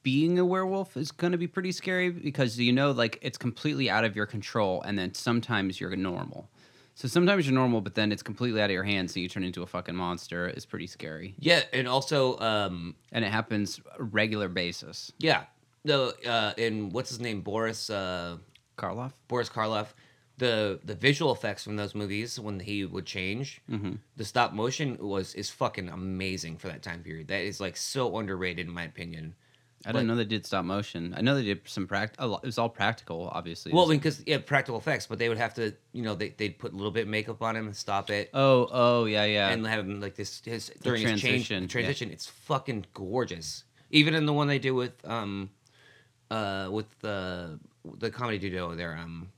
being a werewolf is going to be pretty scary because you know, like, it's completely out of your control, and then sometimes you're normal. So sometimes you're normal, but then it's completely out of your hands, so you turn into a fucking monster. It's pretty scary,
yeah, and also um,
and it happens a regular basis.
yeah, the uh, in what's his name, Boris. Uh,
Karloff.
Boris Karloff, the the visual effects from those movies when he would change, the stop motion was is fucking amazing for that time period. That is like so underrated in my opinion.
I didn't
Like-
know they did stop motion. I know they did some pract. A lot, it was all practical, obviously.
Well,
It was-
because yeah, practical effects, but they would have to, you know, they they'd put a little bit of makeup on him and stop it.
oh, oh, yeah, yeah.
and have him like this his during his change
transition, yeah.
transition. It's fucking gorgeous. Even in the one they do with um uh with the the comedy duo there um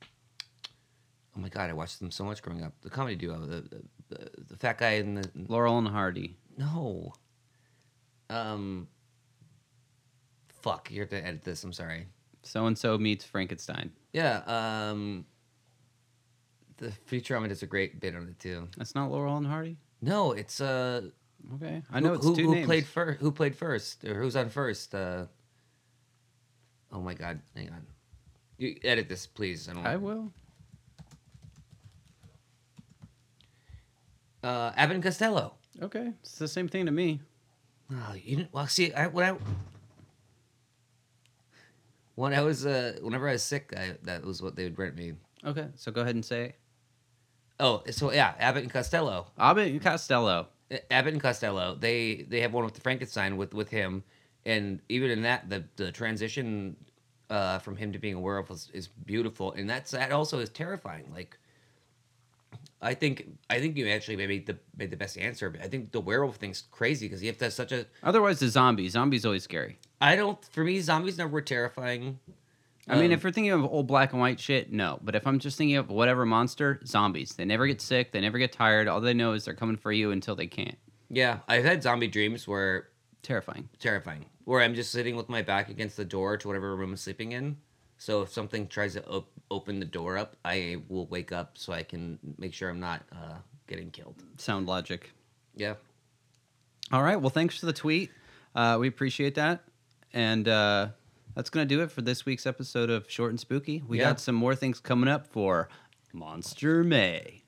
oh my god I watched them so much growing up the comedy duo the the, the, the fat guy and the
Laurel and Hardy.
no um fuck you have to edit this I'm sorry
So and so meets Frankenstein.
yeah um the Futurama does a great bit on it too
That's not Laurel and Hardy.
no it's uh
Okay, I
Who-
know it's
who,
two
who
names.
played first. Who played first, or who's on first? Uh, oh my god, hang on. You edit this, please. I don't.
I will.
Uh, Abbott Costello.
Okay, it's the same thing to me.
Oh, you didn't. Well, see, I when I when I was uh, whenever I was sick, I, that was what they would rent me.
Okay, so go ahead and say it.
Oh, so yeah, Abbott and Costello.
Abbott and Costello.
Abbott and Costello. They they have one with the Frankenstein with with him, and even in that the the transition uh, from him to being a werewolf is, is beautiful, and that's that also is terrifying. Like, I think I think you actually maybe the made the best answer. But I think the werewolf thing's crazy because you have to have such a.
Otherwise, the zombies. Zombies always scary.
I don't. For me, zombies never were terrifying.
I mean,
Um,
if you're thinking of old black and white shit, no. But if I'm just thinking of whatever monster, zombies. They never get sick. They never get tired. All they know is they're coming for you until they can't.
Yeah, I've had zombie dreams where
Terrifying.
terrifying. Where I'm just sitting with my back against the door to whatever room I'm sleeping in. So if something tries to op- open the door up, I will wake up so I can make sure I'm not uh, getting killed.
Sound logic.
Yeah.
All right. Well, thanks for the tweet. Uh, we appreciate that. And uh, that's going to do it for this week's episode of Short and Spooky. We
Yeah.
got some more things coming up for Monster May.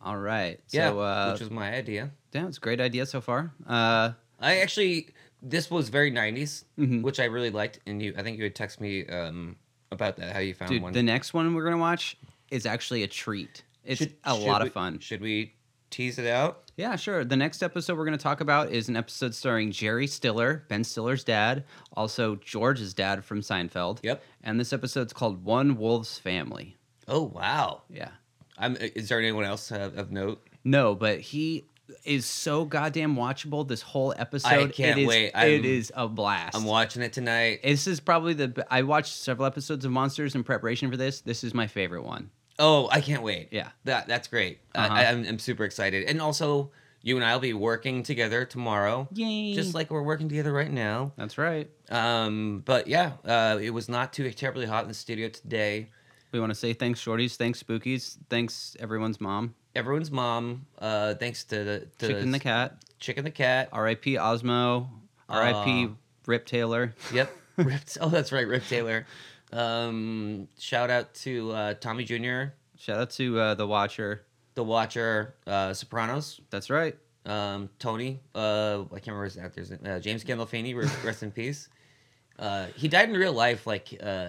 All right.
Yeah,
So, uh,
which was my idea.
yeah, it's a great idea so far. Uh,
I actually this was very 90s,
Mhm.
which I really liked, and you I think you had text me um, about that how you found
dude,
one.
the next one we're going to watch is actually a treat. It's
Should-
a
should
lot
we-
of fun.
Should we tease it out?
Yeah, sure. The next episode we're going to talk about is an episode starring Jerry Stiller, Ben Stiller's dad, also George's dad from Seinfeld.
Yep.
And this episode's called One Wolf's Family.
Oh wow!
Yeah.
I'm. Is there anyone else uh, of note?
No, but he is so goddamn watchable this whole episode.
can't
it is,
wait. I'm-
It is a blast.
I'm watching it tonight.
this is probably the b- I watched several episodes of Monsters in preparation for this. This is my favorite one.
Oh, I can't wait.
Yeah.
That that's great.
Uh-huh.
I, I'm, I'm super excited. And also, you and I will be working together tomorrow,
Yay.
just like we're working together right now.
That's right.
Um, but yeah, uh, it was not too terribly hot in the studio today.
We want to say thanks shorties, thanks spookies, thanks everyone's mom,
Everyone's mom. Uh, thanks to the to
chicken the cat.
Chicken the cat.
R.I.P. Osmo. R.I.P.
Aw.
Rip Taylor.
Yep. [LAUGHS] Ripped. Oh, that's right, Rip Taylor. Um, shout out to uh, Tommy Jr.,
Shout out to uh, the Watcher.
The Watcher, uh, Sopranos.
That's right.
um, Tony. Uh, I can't remember his actor's name. Uh, James Gandolfini.
[LAUGHS]
re- Rest in peace. Uh, he died in real life. Like, uh,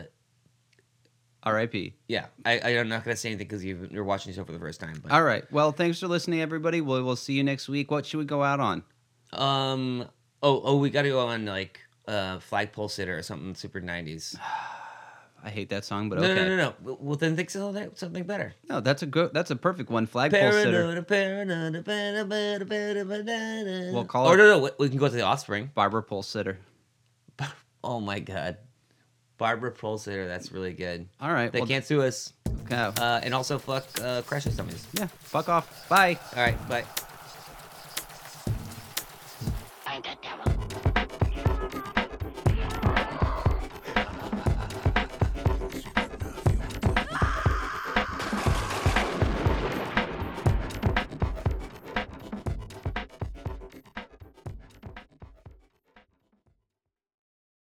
R.I.P.
yeah, I, I, am not gonna say anything because you're watching this show for the first time. But
All right. Well, thanks for listening, everybody. We'll, we'll see you next week. What should we go out on?
um, oh, oh, we gotta go on like uh, flagpole sitter or something super
[SIGHS]
90s.
I hate that song, but
No,
okay.
no, no, no. W- Well, then think something something better.
No, that's a good. That's a perfect one. Flagpole sitter.
Paranoid, paranoid, paranoid, paranoid, paranoid.
We'll call
Oh
it-
no, no. we- We can go to the Offspring.
Barbara pole sitter.
Oh my God, Barbara Pole sitter. That's really good.
All right.
They
well,
can't sue us.
okay.
uh, and also fuck uh, Crash Dummies.
yeah. Fuck off. Bye.
All right, bye.